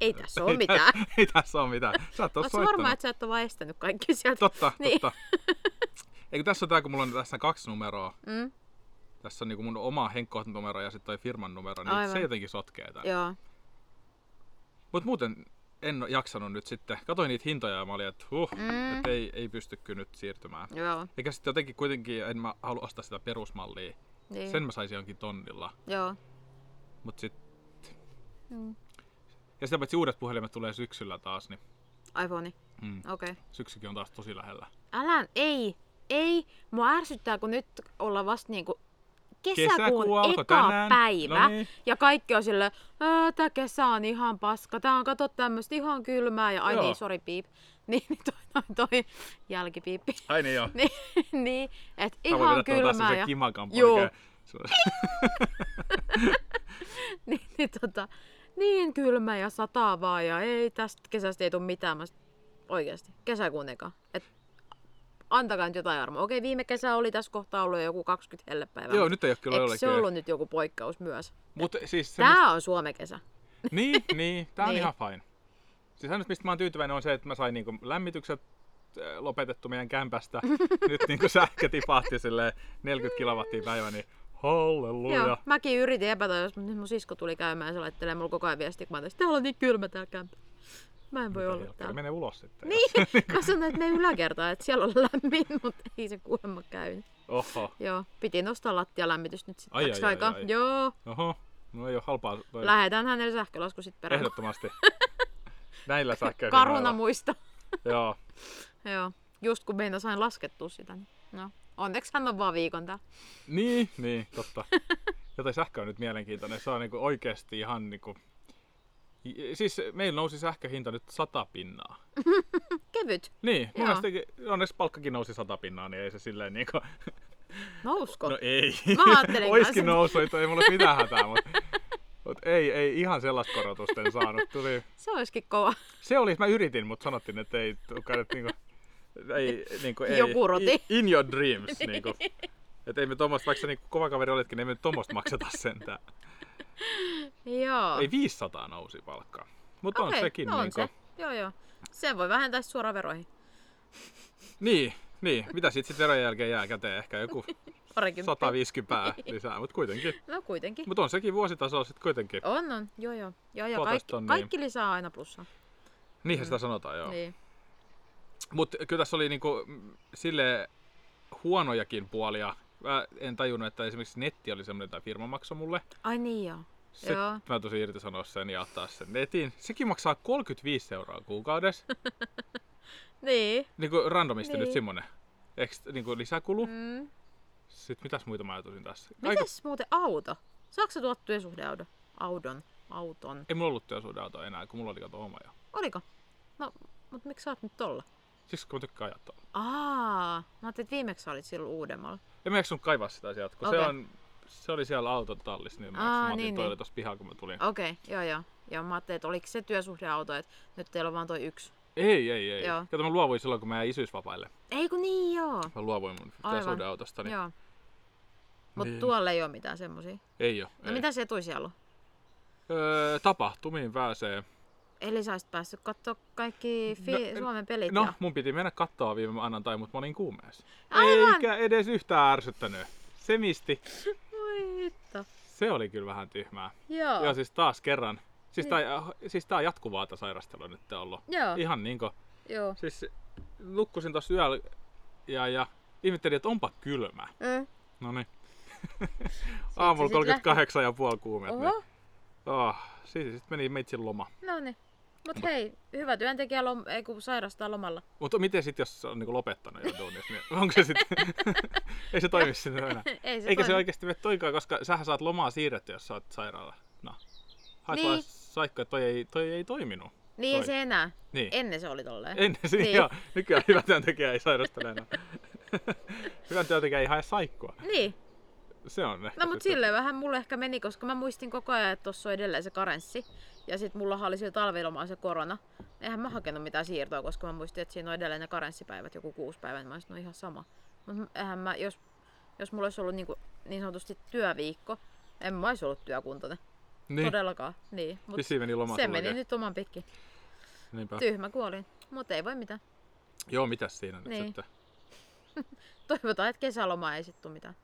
[SPEAKER 2] ei tässä ole
[SPEAKER 1] ei tä-
[SPEAKER 2] mitään.
[SPEAKER 1] ei tässä ole mitään. Sä et ole
[SPEAKER 2] Oletko varma,
[SPEAKER 1] soittanut.
[SPEAKER 2] että sä et ole vaan estänyt kaikki sieltä?
[SPEAKER 1] Totta,
[SPEAKER 2] Niin.
[SPEAKER 1] totta. Eikö tässä on tää, kun mulla on tässä kaksi numeroa.
[SPEAKER 2] Mm,
[SPEAKER 1] Tässä on niinku mun oma henkkohtainen numero ja sitten toi firman numero, niin
[SPEAKER 2] Aivan.
[SPEAKER 1] se jotenkin sotkee tän.
[SPEAKER 2] joo.
[SPEAKER 1] Mut muuten en oo jaksanut nyt sitten. Katoin niitä hintoja ja mä olin, että huh,
[SPEAKER 2] Mm.
[SPEAKER 1] et ei, ei pysty kyllä nyt siirtymään.
[SPEAKER 2] Joo,
[SPEAKER 1] Eikä sitten jotenkin kuitenkin, en mä halua ostaa sitä perusmallia.
[SPEAKER 2] niin.
[SPEAKER 1] Sen mä saisin jonkin tonnilla.
[SPEAKER 2] Joo.
[SPEAKER 1] Mut sit,
[SPEAKER 2] Mm.
[SPEAKER 1] ja sitä paitsi uudet puhelimet tulee syksyllä taas, niin
[SPEAKER 2] iPhone,
[SPEAKER 1] mm,
[SPEAKER 2] okei. Okay.
[SPEAKER 1] syksykin on taas tosi lähellä.
[SPEAKER 2] Älä, ei, ei. Mua ärsyttää, kun nyt ollaan vasta niinku kesäkuun
[SPEAKER 1] Kesäkuu alkoi
[SPEAKER 2] eka
[SPEAKER 1] tänään.
[SPEAKER 2] päivä.
[SPEAKER 1] No niin.
[SPEAKER 2] Ja kaikki on silleen, "Ää, tää kesä on ihan paska, tää on kato tämmöstä ihan kylmää ja ai
[SPEAKER 1] Joo.
[SPEAKER 2] niin, sori piip. Niin, niin toi, toi, toi jälkipiippi.
[SPEAKER 1] Ai niin joo.
[SPEAKER 2] Niin, niin et
[SPEAKER 1] Mä voin
[SPEAKER 2] ihan
[SPEAKER 1] vetää tuolla taas
[SPEAKER 2] kylmää.
[SPEAKER 1] semmosen
[SPEAKER 2] Ja,
[SPEAKER 1] kimakan
[SPEAKER 2] Juu.
[SPEAKER 1] poikeen. Se-
[SPEAKER 2] niin, niin, tota, niin kylmä ja sataa vaan ja ei tästä kesästä ei tule mitään. Mä sit- oikeasti, kesäkuun eka. Et, antakaa nyt jotain armoa. Okei, viime kesä oli tässä kohtaa ollut jo joku 20 hellepäivää.
[SPEAKER 1] Joo,
[SPEAKER 2] mut
[SPEAKER 1] nyt ei oo kyllä
[SPEAKER 2] eikö se
[SPEAKER 1] jollekin.
[SPEAKER 2] ollut nyt joku poikkeus myös?
[SPEAKER 1] Mut siis se, mistä,
[SPEAKER 2] Tää on Suomen kesä.
[SPEAKER 1] niin, niin, tää on
[SPEAKER 2] Niin.
[SPEAKER 1] ihan fine. Siis ainut mistä mä oon tyytyväinen on se, että mä sain niinku lämmitykset äh, lopetettu meidän kämpästä. Nyt niinku sähkö tipahti silleen 40 kilowattia päivä, niin
[SPEAKER 2] Joo,
[SPEAKER 1] halleluja.
[SPEAKER 2] mäkin yritin epätoivoisesti, mutta nyt mun sisko tuli käymään ja se laittelee mulla koko ajan viestiä, kun mä taisin, täällä on niin kylmä täällä kämpä. Mä en voi
[SPEAKER 1] Mitä
[SPEAKER 2] olla
[SPEAKER 1] helkkari,
[SPEAKER 2] täällä.
[SPEAKER 1] Mene ulos sitten.
[SPEAKER 2] Niin, mä sanoin, että me yläkertaan, että siellä on lämmin, mutta ei se kuulemma käynyt.
[SPEAKER 1] Oho.
[SPEAKER 2] Joo, piti nostaa lattialämmitys nyt
[SPEAKER 1] Ai,
[SPEAKER 2] sitten
[SPEAKER 1] ai, ai,
[SPEAKER 2] aikaa.
[SPEAKER 1] ai.
[SPEAKER 2] Joo,
[SPEAKER 1] Oho. No ei oo halpaa. Toi.
[SPEAKER 2] lähetään hänelle sähkölasku sitten perään.
[SPEAKER 1] Ehdottomasti. Näillä sähköillä.
[SPEAKER 2] Karuna muista.
[SPEAKER 1] Joo.
[SPEAKER 2] Joo, just kun meina sain laskettua sitä. Niin. No, onneksi hän on vaan viikon täällä.
[SPEAKER 1] Niin, niin, totta. Joten sähkö on nyt mielenkiintoinen. Se on niinku oikeasti ihan niinku... I- Siis meillä nousi sähköhinta nyt sata pinnaa.
[SPEAKER 2] Kevyt,
[SPEAKER 1] Niin, mun
[SPEAKER 2] Joo.
[SPEAKER 1] mielestä onneksi palkkakin nousi sata pinnaa, niin ei se silleen niinku...
[SPEAKER 2] nousko.
[SPEAKER 1] No ei.
[SPEAKER 2] Mä ajattelin
[SPEAKER 1] Oiskin
[SPEAKER 2] kanssa.
[SPEAKER 1] noussut, ei mulla olisi mitään hätää, mutta... Mut ei, ei ihan sellaista korotusta en saanut. Tuli...
[SPEAKER 2] Se olisikin kova.
[SPEAKER 1] Se oli, mä yritin, mutta sanottiin, että ei tulekaan, että niinku... Ei, niinku, ei.
[SPEAKER 2] Joku roti.
[SPEAKER 1] In, in your dreams, niinku. Että ei me tommoista, vaikka sä niinku kova kaveri oletkin, ei me nyt tommoista makseta sentään.
[SPEAKER 2] Joo.
[SPEAKER 1] Ei 500 nousi palkka. Mutta okay, on
[SPEAKER 2] Okei,
[SPEAKER 1] sekin.
[SPEAKER 2] no on
[SPEAKER 1] niin,
[SPEAKER 2] se. Joo, joo. Sen voi vähentää suoraan veroihin.
[SPEAKER 1] niin, niin. Mitä sitten sit verojen jälkeen jää käteen? Ehkä joku
[SPEAKER 2] Parikin.
[SPEAKER 1] 150 pää
[SPEAKER 2] Niin.
[SPEAKER 1] lisää, mutta kuitenkin.
[SPEAKER 2] No kuitenkin.
[SPEAKER 1] Mutta on sekin vuositasolla sitten kuitenkin.
[SPEAKER 2] On, on. Joo, joo. Joo, ja
[SPEAKER 1] Puolitoista
[SPEAKER 2] kaikki,
[SPEAKER 1] tonnia.
[SPEAKER 2] kaikki lisää aina plussaa.
[SPEAKER 1] Niinhän sitä sanotaan joo. Niin.
[SPEAKER 2] Niin.
[SPEAKER 1] Mutta kyllä tässä oli niinku, sille huonojakin puolia. Mä en tajunnut, että esimerkiksi netti oli semmoinen, että firma maksoi mulle.
[SPEAKER 2] Ai niin joo.
[SPEAKER 1] Sitten
[SPEAKER 2] Joo.
[SPEAKER 1] mä tosi irtisanoa sen ja ottaa sen netin. Sekin maksaa 35 euroa kuukaudessa.
[SPEAKER 2] Niin.
[SPEAKER 1] niinku randomisti
[SPEAKER 2] Niin.
[SPEAKER 1] nyt semmonen. Eikö niinku lisäkulu? Mm.
[SPEAKER 2] Mm.
[SPEAKER 1] Sitten mitäs muita mä ajatusin tässä? Aika
[SPEAKER 2] Mites muuten auto? Saatko sä tuoda työsuhdeaudon? Audon. Auton.
[SPEAKER 1] Ei mulla ollut työsuhdeautoa enää, kun mulla oli kato oma jo.
[SPEAKER 2] Oliko? No, mut miksi sä oot nyt tolla?
[SPEAKER 1] Siksi Siis kun mä tykkään ajaa tuolla.
[SPEAKER 2] Aa, mä ajattelin, että viimeksi sä olit silloin uudemmalla.
[SPEAKER 1] En mä jaksanut kaivaa sitä sieltä, kun okay.
[SPEAKER 2] Okei.
[SPEAKER 1] se on Se oli siellä auton tallissa, niin
[SPEAKER 2] Aa,
[SPEAKER 1] mä, mä otin
[SPEAKER 2] niin,
[SPEAKER 1] niin, toille
[SPEAKER 2] niin.
[SPEAKER 1] tuossa pihaa, kun mä tulin.
[SPEAKER 2] Okei, okay, joo joo. Ja mä ajattelin, että oliko se työsuhdeauto, että nyt teillä on vaan toi yksi.
[SPEAKER 1] Ei, ei, ei.
[SPEAKER 2] Joo.
[SPEAKER 1] Kato, mä luovuin silloin, kun mä jäin isyysvapaille.
[SPEAKER 2] Ei kun niin joo.
[SPEAKER 1] Mä luovuin mun
[SPEAKER 2] Aivan.
[SPEAKER 1] työsuhdeautosta, niin
[SPEAKER 2] Joo. Mutta
[SPEAKER 1] Niin.
[SPEAKER 2] tuolla ei ole mitään semmosia.
[SPEAKER 1] ei oo.
[SPEAKER 2] No
[SPEAKER 1] ei.
[SPEAKER 2] mitä se etuisi ollut?
[SPEAKER 1] Öö, tapahtumiin pääsee.
[SPEAKER 2] Eli sä olisit päässyt katsoa kaikki fi-
[SPEAKER 1] No,
[SPEAKER 2] Suomen pelit
[SPEAKER 1] No,
[SPEAKER 2] ja...
[SPEAKER 1] mun piti mennä kattoa viime maanantai, mutta mä olin kuumeessa.
[SPEAKER 2] Aivan!
[SPEAKER 1] Eikä edes yhtään ärsyttänyt. Se misti.
[SPEAKER 2] Voi hitto.
[SPEAKER 1] Se oli kyllä vähän tyhmää.
[SPEAKER 2] Joo.
[SPEAKER 1] Joo, siis taas kerran. Siis
[SPEAKER 2] Niin.
[SPEAKER 1] tää, siis tää on jatkuvaa tää sairastelu nyt ollut.
[SPEAKER 2] Joo.
[SPEAKER 1] Ihan niinku,
[SPEAKER 2] Joo.
[SPEAKER 1] siis nukkusin tossa yöllä ja, ja ihmettelin, että onpa kylmä.
[SPEAKER 2] Mm.
[SPEAKER 1] No niin.
[SPEAKER 2] sit
[SPEAKER 1] Aamulla 38,5 kuumet. Niin.
[SPEAKER 2] Oho.
[SPEAKER 1] Oh, siis sit meni meitsin loma.
[SPEAKER 2] No niin. Mut hei, hyvä työntekijä lom- ei kun sairastaa lomalla.
[SPEAKER 1] Mutta miten sit, jos se on niinku lopettanut jo duunis, niin onko se sit... Ei se toimi sinne enää.
[SPEAKER 2] ei se
[SPEAKER 1] Eikä se
[SPEAKER 2] toimi.
[SPEAKER 1] oikeasti mene toikaan, koska sähän saat lomaa siirretty, jos sä oot sairaala. No. Hait
[SPEAKER 2] Niin.
[SPEAKER 1] niin. saikka, toi ei, toi ei toiminut.
[SPEAKER 2] Niin ei
[SPEAKER 1] toimi.
[SPEAKER 2] se enää.
[SPEAKER 1] Niin.
[SPEAKER 2] Ennen se oli tolleen.
[SPEAKER 1] Ennen siinä,
[SPEAKER 2] Niin.
[SPEAKER 1] niin. joo. Nykyään hyvä työntekijä ei sairastele enää. hyvä työntekijä ei hae saikkua.
[SPEAKER 2] Niin.
[SPEAKER 1] Se on ehkä
[SPEAKER 2] No mut
[SPEAKER 1] se-
[SPEAKER 2] silleen vähän mulle ehkä meni, koska mä muistin koko ajan, että tossa on edelleen se karenssi. Ja sit mulla oli sillä talvilomaa se korona. Eihän mä hakenut mitään siirtoa, koska mä muistin, että siinä on edelleen ne karenssipäivät, joku kuusi päivää, niin mä olisin, no ihan sama. Mut eihän mä, jos, jos mulla olisi ollut niin, niin sanotusti työviikko, en mä olisi ollut työkuntoinen.
[SPEAKER 1] niin.
[SPEAKER 2] Todellakaan. Niin. Mut
[SPEAKER 1] Vissiin meni loma
[SPEAKER 2] se
[SPEAKER 1] sulla
[SPEAKER 2] meni
[SPEAKER 1] oikein. Ah.
[SPEAKER 2] nyt oman pikki.
[SPEAKER 1] Niinpä.
[SPEAKER 2] Tyhmä kuolin. Mut ei voi mitään.
[SPEAKER 1] Joo, mitäs siinä nyt
[SPEAKER 2] Niin.
[SPEAKER 1] niin. sitten?
[SPEAKER 2] Toivotaan, että kesäloma ei sit tuu mitään.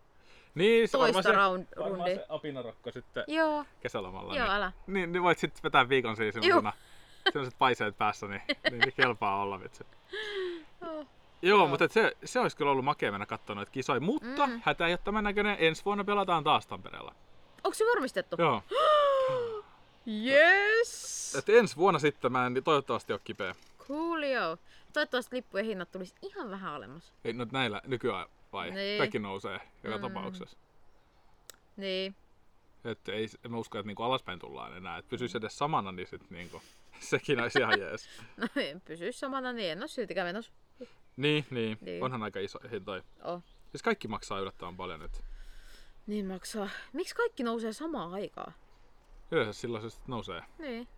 [SPEAKER 1] Niin, se
[SPEAKER 2] Toista
[SPEAKER 1] varmaan se,
[SPEAKER 2] round,
[SPEAKER 1] varmaan
[SPEAKER 2] rundia.
[SPEAKER 1] se apinarokko sitten
[SPEAKER 2] Joo,
[SPEAKER 1] kesälomalla.
[SPEAKER 2] joo,
[SPEAKER 1] niin.
[SPEAKER 2] älä.
[SPEAKER 1] Niin, niin voit sitten vetää viikon siinä
[SPEAKER 2] Juu.
[SPEAKER 1] semmoisena. Sellaiset paiseet päässä, niin, niin, niin kelpaa olla vitsi.
[SPEAKER 2] Oh.
[SPEAKER 1] Joo,
[SPEAKER 2] Joo.
[SPEAKER 1] mutta et se, se olisi kyllä ollut makea mennä katsoa noita kisoja, mutta
[SPEAKER 2] Mm.
[SPEAKER 1] mm. hätä ei ole tämän näköinen. Ensi vuonna pelataan taas Tampereella.
[SPEAKER 2] Onko se varmistettu?
[SPEAKER 1] Joo.
[SPEAKER 2] Yes!
[SPEAKER 1] Et ensi vuonna sitten mä en niin toivottavasti ole kipeä.
[SPEAKER 2] Coolio. Toivottavasti lippujen hinnat tulisi ihan vähän alemmas.
[SPEAKER 1] Ei, no näillä nykyään vai?
[SPEAKER 2] Niin.
[SPEAKER 1] Kaikki nousee joka
[SPEAKER 2] Mm.
[SPEAKER 1] mm. tapauksessa.
[SPEAKER 2] Niin.
[SPEAKER 1] Et ei, en mä usko, että niinku alaspäin tullaan enää. Et pysyisi edes samana, niin sit niinku, sekin olisi ihan jees.
[SPEAKER 2] No en pysy samana, niin en oo siltikään menossa.
[SPEAKER 1] Niin, niin,
[SPEAKER 2] Niin.
[SPEAKER 1] niin. Onhan aika iso hinta.
[SPEAKER 2] Oh.
[SPEAKER 1] Siis kaikki maksaa yllättävän paljon nyt.
[SPEAKER 2] Niin maksaa. Miksi kaikki nousee samaan aikaan?
[SPEAKER 1] Yleensä silloin se sit nousee.
[SPEAKER 2] Niin.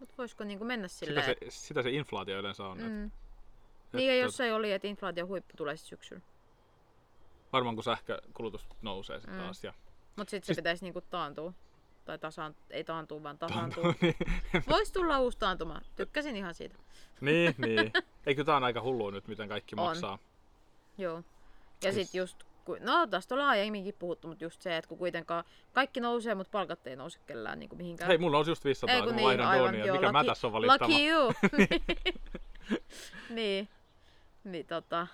[SPEAKER 2] Mut voisiko niinku mennä
[SPEAKER 1] Sitä
[SPEAKER 2] silleen?
[SPEAKER 1] se, sitä se inflaatio yleensä on. tota, Mm. tuota-
[SPEAKER 2] Mm. Niin ja jos ei oli, että inflaation huippu tulee sit syksyllä.
[SPEAKER 1] Varmaan kun sähkökulutus nousee sitten
[SPEAKER 2] Mm.
[SPEAKER 1] taas. Ja...
[SPEAKER 2] Mut sit se
[SPEAKER 1] Siis-
[SPEAKER 2] pitäisi niinku taantua. Tai tasaan, ei taantuu vaan tasaantuu.
[SPEAKER 1] niin,
[SPEAKER 2] Voisi tulla uusi taantuma. Tykkäsin ihan siitä.
[SPEAKER 1] niin, niin. Ei kyllä tää on aika hullua nyt, miten kaikki
[SPEAKER 2] On.
[SPEAKER 1] maksaa.
[SPEAKER 2] Joo. Ja
[SPEAKER 1] Siis-
[SPEAKER 2] sit just, ku- no tästä ollaan aiemminkin puhuttu, mutta just se, että kun kuitenkaan kaikki nousee, mutta palkat ei nouse kellään niin kuin mihinkään.
[SPEAKER 1] Hei, mulla on just 500,
[SPEAKER 2] Ei,
[SPEAKER 1] kun,
[SPEAKER 2] kun
[SPEAKER 1] mä
[SPEAKER 2] niin,
[SPEAKER 1] vaihdan
[SPEAKER 2] aivan,
[SPEAKER 1] duunia.
[SPEAKER 2] joo,
[SPEAKER 1] Mikä mä
[SPEAKER 2] lucky-
[SPEAKER 1] tässä Niin. on valittava?
[SPEAKER 2] Lucky you! niin. Niin tota.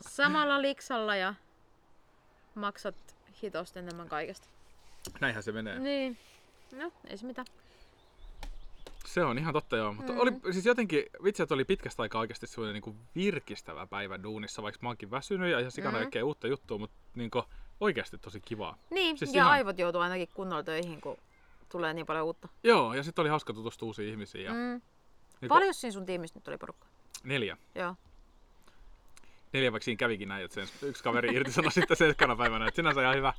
[SPEAKER 2] Samalla liksalla ja maksat hitosti enemmän kaikesta.
[SPEAKER 1] Näinhän se menee.
[SPEAKER 2] Niin. No, ei se mitään.
[SPEAKER 1] Se on ihan totta joo, mutta mm. oli siis jotenkin, vitsi, että oli pitkästä aikaa oikeasti sellainen niin virkistävä päivä duunissa, vaikka mä oonkin väsynyt ja ihan sikana
[SPEAKER 2] Mm.
[SPEAKER 1] mm. kaikkea uutta juttua, mutta niin kuin, oikeasti tosi kivaa.
[SPEAKER 2] Niin,
[SPEAKER 1] Siis
[SPEAKER 2] ja
[SPEAKER 1] ihan-
[SPEAKER 2] aivot joutuu ainakin kunnolla töihin, kun tulee niin paljon uutta.
[SPEAKER 1] Joo, ja sitten oli hauska tutustua uusiin ihmisiin ja
[SPEAKER 2] Mm.
[SPEAKER 1] niin kuin,
[SPEAKER 2] Paljon siinä sun tiimissä nyt oli porukkaa?
[SPEAKER 1] neljä.
[SPEAKER 2] Joo.
[SPEAKER 1] Neljä, vaikka siinä kävikin näin, että sen yksi kaveri irtisanoi sitten sen ekana päivänä, että sinänsä ihan hyvä.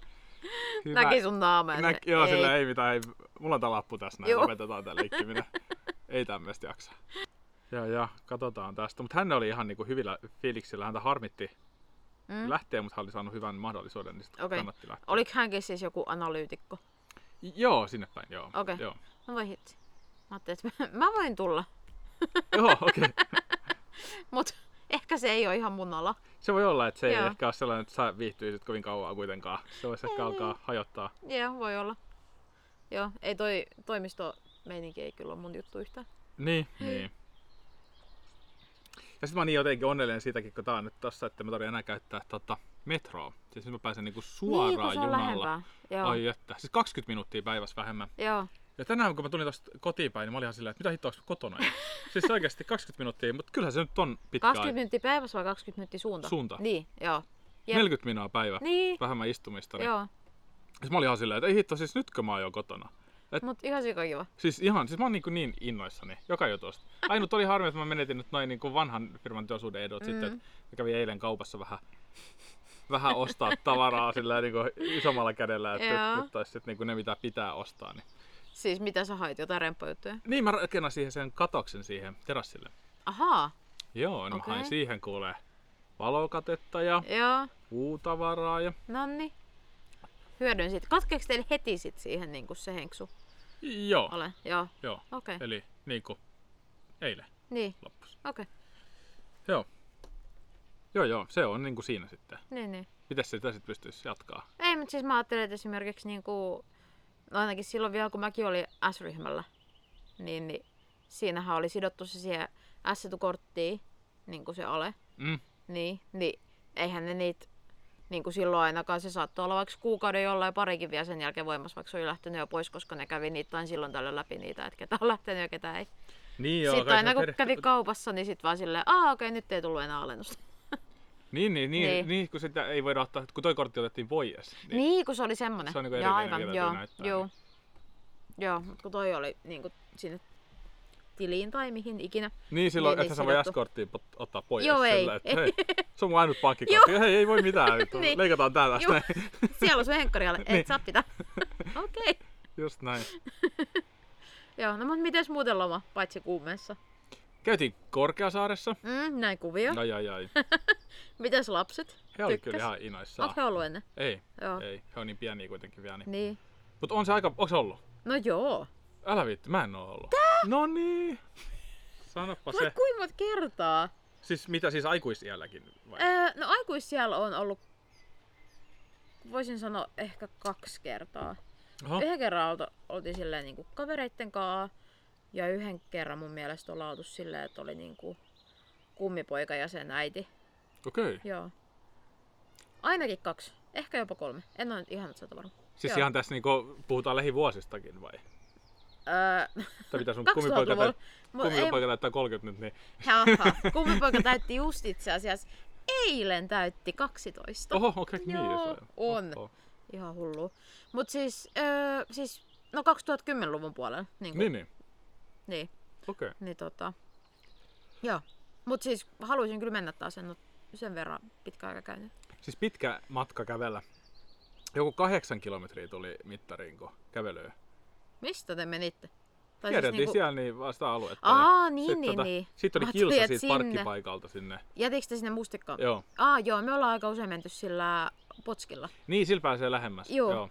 [SPEAKER 1] hyvä.
[SPEAKER 2] Näki sun naama ja
[SPEAKER 1] Näki,
[SPEAKER 2] se-
[SPEAKER 1] joo,
[SPEAKER 2] ei.
[SPEAKER 1] sillä ei mitään, ei, mulla on tää lappu tässä näin,
[SPEAKER 2] Joo.
[SPEAKER 1] lopetetaan tää leikkiminen. ei tämmöistä jaksaa. Ja, ja, katsotaan tästä. Mutta hän oli ihan niinku hyvillä fiiliksillä, häntä harmitti
[SPEAKER 2] Mm.
[SPEAKER 1] lähtee, mutta hän oli saanut hyvän mahdollisuuden, niin sitten
[SPEAKER 2] Okei.
[SPEAKER 1] okay. kannatti lähteä.
[SPEAKER 2] Oliko hänkin siis joku analyytikko?
[SPEAKER 1] Joo, sinne päin, joo.
[SPEAKER 2] Okei.
[SPEAKER 1] Joo,
[SPEAKER 2] No voi hitsi. Mä ajattelin, että mä voin tulla.
[SPEAKER 1] joo okei. Okay.
[SPEAKER 2] Mut ehkä se ei ole ihan mun ala.
[SPEAKER 1] Se voi olla, että se ei
[SPEAKER 2] Joo.
[SPEAKER 1] ehkä ole sellainen, että sä viihtyisit kovin kauan kuitenkaan. Se voisi ehkä alkaa hajottaa.
[SPEAKER 2] Joo, voi olla. Joo, ei toi toimistomeininki ei kyllä ole mun juttu yhtään.
[SPEAKER 1] Niin, niin. Ja sitten mä oon niin jotenkin onnellinen siitäkin, kun tää on nyt tossa, että mä tarvitsen enää käyttää tota metroa. Siis nyt mä pääsen niinku
[SPEAKER 2] niin, kun
[SPEAKER 1] suoraan
[SPEAKER 2] se on
[SPEAKER 1] junalla.
[SPEAKER 2] lähempää. Joo.
[SPEAKER 1] Ai että. Siis 20 minuuttia päivässä vähemmän.
[SPEAKER 2] Joo.
[SPEAKER 1] Ja tänään kun mä tulin tosta kotiin päin, niin mä olin ihan silleen, että mitä hittoa, onks mä kotona? jo? siis oikeasti 20 minuuttia, mutta kyllähän se nyt on
[SPEAKER 2] 20
[SPEAKER 1] pitkä 20...
[SPEAKER 2] minuuttia päivässä vai 20 minuuttia suunta?
[SPEAKER 1] Suunta.
[SPEAKER 2] Niin, joo. Jep.
[SPEAKER 1] 40 minuuttia päivä.
[SPEAKER 2] Niin,
[SPEAKER 1] vähemmän istumista. Niin.
[SPEAKER 2] joo.
[SPEAKER 1] Siis mä olin ihan silleen, että ei hitto, siis nytkö mä oon jo kotona.
[SPEAKER 2] Mut ihan sikakiva.
[SPEAKER 1] Siis ihan, siis mä oon niin, niin innoissani, joka jutusta. Ainut oli niinku harmi, että mä menetin nyt noin niin vanhan firman työsuhden edut mm. sitten, että mä kävin eilen kaupassa vähän vähän ostaa tavaraa sillä niin kuin isommalla kädellä, että
[SPEAKER 2] Joo.
[SPEAKER 1] nyt olisi sit, niin kuin ne mitä pitää ostaa. Niin,
[SPEAKER 2] Siis mitä sä hait, jotain remppojuttuja?
[SPEAKER 1] niin mä rakennan siihen sen katoksen siihen terassille.
[SPEAKER 2] Ahaa,
[SPEAKER 1] Joo, niin mä hain
[SPEAKER 2] Okei. E-
[SPEAKER 1] siihen kuule valokatetta ja
[SPEAKER 2] joo,
[SPEAKER 1] puutavaraa ja
[SPEAKER 2] nonni. Hyödyn siitä. Katkeeko teille heti sit siihen niin kuin se henksu?
[SPEAKER 1] joo,
[SPEAKER 2] Ole, joo,
[SPEAKER 1] joo.
[SPEAKER 2] okei. Okay.
[SPEAKER 1] Eli niin kuin eilen
[SPEAKER 2] Niin,
[SPEAKER 1] loppus.
[SPEAKER 2] okei, okay.
[SPEAKER 1] Joo. Joo, joo, se on niin kuin siinä sitten.
[SPEAKER 2] niin, niin.
[SPEAKER 1] Mitäs sitä sitten pystyisi jatkaa?
[SPEAKER 2] Ei, mutta siis mä ajattelin, että esimerkiksi niin kuin, no ainakin silloin vielä, kun mäkin olin S-ryhmällä, niin, niin siinähän oli sidottu se siihen S-korttiin, niin kuin se ole.
[SPEAKER 1] Mm.
[SPEAKER 2] Niin, niin eihän ne niitä niin kuin silloin ainakaan se saattoi olla vaikka kuukauden jollain parikin vielä sen jälkeen voimassa, vaikka se oli lähtenyt jo pois, koska ne kävi niitä tai silloin tällöin läpi niitä, että ketä on lähtenyt ja ketä ei.
[SPEAKER 1] Niin
[SPEAKER 2] Joo,
[SPEAKER 1] joo,
[SPEAKER 2] sitten
[SPEAKER 1] kai
[SPEAKER 2] aina
[SPEAKER 1] se
[SPEAKER 2] kun
[SPEAKER 1] perhe-
[SPEAKER 2] kävi kaupassa, niin sitten vaan silleen, aa okei, nyt ei tullut enää alennusta.
[SPEAKER 1] Niin, niin, niin, niin.
[SPEAKER 2] Niin.
[SPEAKER 1] niin kun sitä ei voida ottaa, kun toi kortti otettiin pois.
[SPEAKER 2] Niin, niin kun se oli semmonen.
[SPEAKER 1] Se on niinku
[SPEAKER 2] Joo,
[SPEAKER 1] erillinen, mikä
[SPEAKER 2] joo,
[SPEAKER 1] täytyy näyttää,
[SPEAKER 2] joo.
[SPEAKER 1] niin.
[SPEAKER 2] Joo, mutta kun toi oli niinku sinne tiliin tai mihin ikinä.
[SPEAKER 1] Niin, silloin,
[SPEAKER 2] Niin,
[SPEAKER 1] että
[SPEAKER 2] niin,
[SPEAKER 1] sä voi
[SPEAKER 2] sidottu.
[SPEAKER 1] S-korttia pot- ottaa pois.
[SPEAKER 2] Joo, ei,
[SPEAKER 1] sillä, että,
[SPEAKER 2] ei.
[SPEAKER 1] hei, se on mun ainut pankkikortti. hei, ei voi mitään. vittu,
[SPEAKER 2] Niin.
[SPEAKER 1] Leikataan tää tästä.
[SPEAKER 2] Juu. Siellä on sun henkkari alle,
[SPEAKER 1] Niin.
[SPEAKER 2] et saa pitää. Okei. Okay.
[SPEAKER 1] Just näin.
[SPEAKER 2] Joo, no mutta mites muuten loma, paitsi kuumeessa?
[SPEAKER 1] Käytiin Korkeasaaressa.
[SPEAKER 2] Mm, näin kuvio.
[SPEAKER 1] Ai, ai, ai.
[SPEAKER 2] Mitäs lapset?
[SPEAKER 1] No. He oli
[SPEAKER 2] Tykkäs.
[SPEAKER 1] kyllä ihan inoissaan.
[SPEAKER 2] Onko he ollut ennen?
[SPEAKER 1] Ei,
[SPEAKER 2] Joo.
[SPEAKER 1] ei. He on niin pieniä kuitenkin vielä. Niin.
[SPEAKER 2] Niin.
[SPEAKER 1] Mut on se aika, onks ollut?
[SPEAKER 2] No joo.
[SPEAKER 1] Älä vittu, mä en oo ollut. No niin. Sanoppa
[SPEAKER 2] Mä
[SPEAKER 1] se.
[SPEAKER 2] kuinka monta kertaa?
[SPEAKER 1] Siis mitä siis aikuisiälläkin vai?
[SPEAKER 2] Öö, no aikuisiellä on ollut, voisin sanoa ehkä kaksi kertaa.
[SPEAKER 1] Oho.
[SPEAKER 2] Yhden kerran olta, oltiin silleen niinku kavereitten kanssa ja yhden kerran mun mielestä ollaan oltu silleen, että oli niinku kummipoika ja sen äiti.
[SPEAKER 1] Okei.
[SPEAKER 2] Joo. Ainakin kaksi, ehkä jopa kolme. En ole nyt ihan nyt sata varma.
[SPEAKER 1] Siis
[SPEAKER 2] Joo.
[SPEAKER 1] ihan tässä niinku puhutaan lähivuosistakin vai?
[SPEAKER 2] Öö,
[SPEAKER 1] Tai mitä sun kummipoika,
[SPEAKER 2] 2000-luvulla.
[SPEAKER 1] tai,
[SPEAKER 2] Mu- ei,
[SPEAKER 1] kummipoika täyttää 30 nyt, niin
[SPEAKER 2] haha, kummipoika täytti just itse asiassa. Eilen täytti 12.
[SPEAKER 1] Oho, okei, okay, niin.
[SPEAKER 2] Joo,
[SPEAKER 1] jos-
[SPEAKER 2] on.
[SPEAKER 1] Oho.
[SPEAKER 2] Ihan hullu. Mut siis, öö, siis no 2010-luvun puolella. Niin,
[SPEAKER 1] Niin, niin.
[SPEAKER 2] niin,
[SPEAKER 1] Okei.
[SPEAKER 2] niin tota. Joo. Mut siis haluaisin kyllä mennä taas sen, sen verran pitkä aika käynyt.
[SPEAKER 1] Siis pitkä matka kävellä. Joku kahdeksan kilometriä tuli mittariin, kun kävelyä.
[SPEAKER 2] Mistä te menitte? Tai
[SPEAKER 1] Kierreltiin niinku... siellä niin vasta aluetta.
[SPEAKER 2] siis Aa, niin, niin,
[SPEAKER 1] tota,
[SPEAKER 2] niin.
[SPEAKER 1] Sitten oli
[SPEAKER 2] Mä ajattelin,
[SPEAKER 1] kilsa
[SPEAKER 2] et
[SPEAKER 1] siitä
[SPEAKER 2] sinne.
[SPEAKER 1] parkkipaikalta sinne.
[SPEAKER 2] Jätikö te sinne mustikkaan?
[SPEAKER 1] Joo.
[SPEAKER 2] Aa, joo, me ollaan aika usein menty sillä potskilla.
[SPEAKER 1] Niin, sillä pääsee lähemmäs.
[SPEAKER 2] Joo.
[SPEAKER 1] Joo.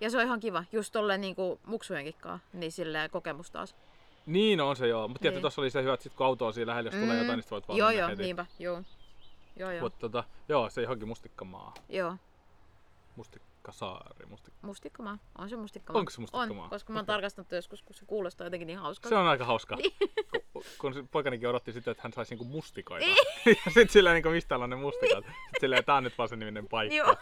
[SPEAKER 2] Ja se on ihan kiva, just tolleen niinku muksujenkin kanssa, niin silleen kokemus taas.
[SPEAKER 1] Niin on se joo, mutta tietysti
[SPEAKER 2] Niin.
[SPEAKER 1] tuossa oli se hyvä, että sit kun auto on siinä lähellä, jos tulee
[SPEAKER 2] Mm.
[SPEAKER 1] jotain, niin sit voit vaan
[SPEAKER 2] joo,
[SPEAKER 1] mennä
[SPEAKER 2] joo,
[SPEAKER 1] heti.
[SPEAKER 2] niinpä, joo. Joo, joo,
[SPEAKER 1] Mutta tota, joo, se johonkin mustikkamaa.
[SPEAKER 2] joo.
[SPEAKER 1] Mustikkasaari. Mustik...
[SPEAKER 2] Mustikkamaa. On se mustikkamaa.
[SPEAKER 1] Onko se mustikkamaa?
[SPEAKER 2] On, koska mä oon tarkastanut joskus, kun se kuulostaa jotenkin niin hauskalta.
[SPEAKER 1] Se on aika hauska.
[SPEAKER 2] Niin.
[SPEAKER 1] kun, kun se poikanikin odotti sitä, että hän saisi niinku mustikoita.
[SPEAKER 2] Niin.
[SPEAKER 1] ja sit sillä niinku, mistä on ne mustikat. Sit sillä, tää on nyt vaan sen niminen paikka.
[SPEAKER 2] Joo.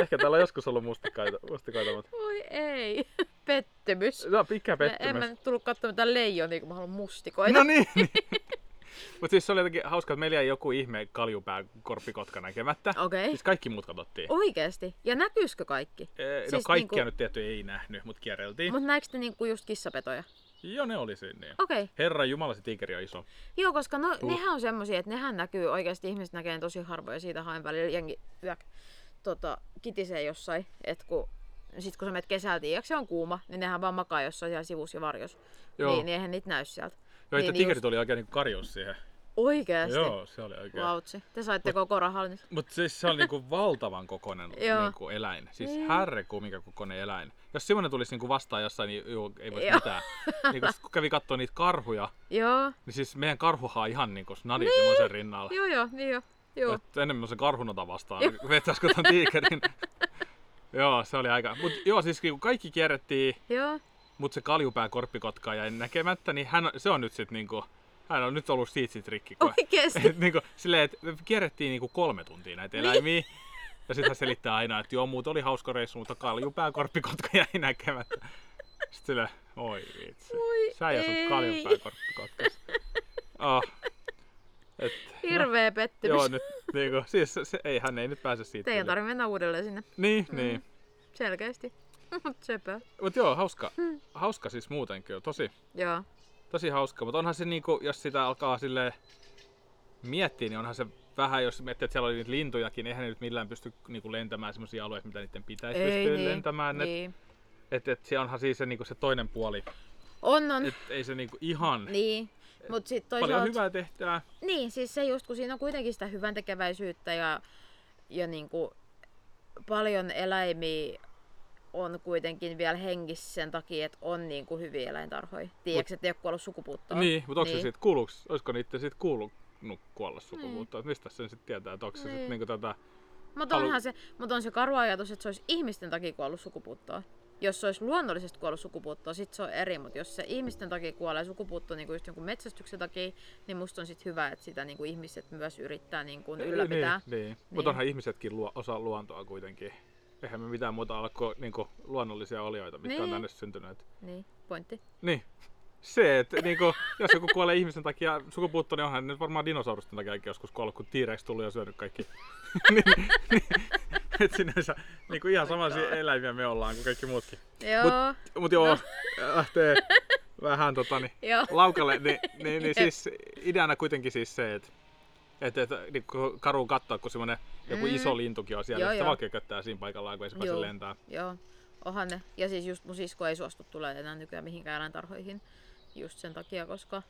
[SPEAKER 1] Ehkä täällä on joskus ollut mustikoita, mustikoita mutta...
[SPEAKER 2] Voi ei. Pettymys.
[SPEAKER 1] No, ikä
[SPEAKER 2] En mä
[SPEAKER 1] pettymys.
[SPEAKER 2] nyt tullut katsomaan mitään leijonia, kun mä haluan mustikoita.
[SPEAKER 1] No niin. niin. Mutta siis se oli jotenkin hauska, että meillä jäi joku ihme kaljupää korppikotka näkemättä.
[SPEAKER 2] Okei.
[SPEAKER 1] Siis kaikki muut katsottiin.
[SPEAKER 2] Oikeesti? Ja näkyisikö kaikki?
[SPEAKER 1] Eh, no
[SPEAKER 2] siis
[SPEAKER 1] kaikkia
[SPEAKER 2] niinku-
[SPEAKER 1] nyt tietty ei nähnyt, mutta kierreltiin.
[SPEAKER 2] Mut näikö te niinku just kissapetoja?
[SPEAKER 1] Joo, ne oli siinä. Niin.
[SPEAKER 2] Okei.
[SPEAKER 1] Herra Jumala, se tiikeri on iso.
[SPEAKER 2] Joo, koska no,
[SPEAKER 1] Huh.
[SPEAKER 2] nehän on semmosia, että nehän näkyy oikeasti, ihmiset näkee tosi harvoja, siitä haen välillä jengi yök, tota, kitisee jossain, että kun sit kun sä menet kesällä, tiiäks, se on kuuma, niin nehän vaan makaa jossain siellä sivus ja varjos.
[SPEAKER 1] Joo.
[SPEAKER 2] Niin, niin eihän niitä näy sieltä.
[SPEAKER 1] Joo, niin,
[SPEAKER 2] niin,
[SPEAKER 1] että tiikerit oli oikein niinku karjus siihen.
[SPEAKER 2] Oikeasti?
[SPEAKER 1] Joo, se oli oikein. Wow.
[SPEAKER 2] Vautsi. Te saitte koko rahalla nyt.
[SPEAKER 1] Mutta siis se oli niinku valtavan kokoinen
[SPEAKER 2] Joo.
[SPEAKER 1] niinku eläin. Siis
[SPEAKER 2] Niin.
[SPEAKER 1] härreku, mikä kokoinen eläin. Jos semmoinen tulisi niinku vastaan jossain, niin joo, ei voisi
[SPEAKER 2] Joo.
[SPEAKER 1] mitään. Niinku, sit kun kävi katsoa niitä karhuja,
[SPEAKER 2] Joo,
[SPEAKER 1] niin siis meidän karhuhan on ihan niinku snadi niin. semmoisen rinnalla.
[SPEAKER 2] joo, joo, niin joo. Joo,
[SPEAKER 1] Et enemmän se karhunota vastaan, vetäisikö ton tiikerin. joo, se oli aika. Mut joo, siis kun kaikki kierrettiin,
[SPEAKER 2] joo.
[SPEAKER 1] mut se kaljupää korppikotkaa jäi näkemättä, niin hän, on- se on nyt sit niinku, hän on nyt ollut siitä sit rikki.
[SPEAKER 2] Oh,
[SPEAKER 1] kun-
[SPEAKER 2] Oikeesti.
[SPEAKER 1] Et niinku, silleen, että kierrettiin niinku kolme tuntia
[SPEAKER 2] Niin.
[SPEAKER 1] näitä eläimiä. Ja sitten hän selittää aina, että joo, muut oli hauska reissu, mutta kaljupää korppikotka jäi näkemättä. Sitten silleen, oi vitsi.
[SPEAKER 2] Voi
[SPEAKER 1] Sä ja sun
[SPEAKER 2] ei.
[SPEAKER 1] kaljupää korppikotkas. Oh. Et,
[SPEAKER 2] Hirveä
[SPEAKER 1] no,
[SPEAKER 2] pettymys.
[SPEAKER 1] joo, nyt, niinku, siis se, se, ei, hän ei nyt pääse siitä.
[SPEAKER 2] Teidän
[SPEAKER 1] yli.
[SPEAKER 2] tarvitse mennä uudelleen sinne.
[SPEAKER 1] Niin, mm. niin.
[SPEAKER 2] Selkeästi. Mut Sepä.
[SPEAKER 1] Mutta joo, hauska,
[SPEAKER 2] Hmm.
[SPEAKER 1] hauska siis muuten kyllä, tosi,
[SPEAKER 2] Joo.
[SPEAKER 1] tosi hauska. Mutta onhan se niinku, jos sitä alkaa silleen miettiä, niin onhan se vähän, jos miettii, että siellä oli niitä lintujakin, eihän ne nyt millään pysty niinku lentämään sellaisia alueita, mitä niiden pitäisi pystyä lentämään. Et,
[SPEAKER 2] niin.
[SPEAKER 1] et, et, se onhan siis se, niinku se toinen puoli,
[SPEAKER 2] On, on.
[SPEAKER 1] et ei se niinku ihan niin,
[SPEAKER 2] Niin. Mutta sitten
[SPEAKER 1] paljon
[SPEAKER 2] toisaalta...
[SPEAKER 1] hyvää tehtää.
[SPEAKER 2] Niin, siis se just, kun siinä on kuitenkin sitä hyvän tekeväisyyttä ja, ja niin kuin paljon eläimiä on kuitenkin vielä hengissä sen takia, että on niin kuin hyviä eläintarhoja. Tiedätkö, että ei ole kuollut sukupuuttoon?
[SPEAKER 1] Niin, mutta onko niin.
[SPEAKER 2] Niin.
[SPEAKER 1] se siitä kuullut, olisiko niiden siitä kuulunut kuolla sukupuuttoon? Niin. Mistä sen sitten tietää, että onko se niin.
[SPEAKER 2] Niin.
[SPEAKER 1] sitten niinku tätä...
[SPEAKER 2] Mutta
[SPEAKER 1] halu-
[SPEAKER 2] onhan se, mutta on se karu ajatus, että se olisi ihmisten takia kuollut sukupuuttoon. Jos se olisi luonnollisesti kuollut sukupuuttoon, sit se on eri, mutta jos se ihmisten takia kuolee sukupuuttoon niin kuin just jonkun metsästyksen takia, niin musta on sit hyvä, että sitä niin kuin ihmiset myös yrittää niin kuin ylläpitää.
[SPEAKER 1] Niin, niin.
[SPEAKER 2] Niin.
[SPEAKER 1] mutta onhan ihmisetkin luo, osa luontoa kuitenkin. Eihän me mitään muuta ole kuin niinku, luonnollisia olioita, mitkä on
[SPEAKER 2] Niin.
[SPEAKER 1] tänne syntyneet.
[SPEAKER 2] Niin, pointti.
[SPEAKER 1] Niin. Se, että niinku, jos joku kuolee ihmisen takia sukupuutto, niin onhan ne nyt varmaan dinosaurusten takia joskus kuollut, kun T-Rex tuli ja syönyt kaikki. niin, niin, et sinänsä niinku, ihan samaisia eläimiä me ollaan kuin kaikki muutkin.
[SPEAKER 2] Joo,
[SPEAKER 1] Mut joo, lähtee vähän tota, niin,
[SPEAKER 2] No. joo.
[SPEAKER 1] laukalle, niin, niin, niin
[SPEAKER 2] Jep.
[SPEAKER 1] siis ideana kuitenkin siis se, että et, et, niin karu katsoa, kun semmoinen joku
[SPEAKER 2] Mm.
[SPEAKER 1] iso lintukin on siellä,
[SPEAKER 2] Joo,
[SPEAKER 1] joo, sitä
[SPEAKER 2] joo.
[SPEAKER 1] vaan kököttää siinä paikallaan, kun ei se pääse
[SPEAKER 2] Joo.
[SPEAKER 1] lentää.
[SPEAKER 2] Joo, onhan ne. Ja siis just mun sisko ei suostu tulla enää nykyään mihinkään eläintarhoihin. Just sen takia, koska,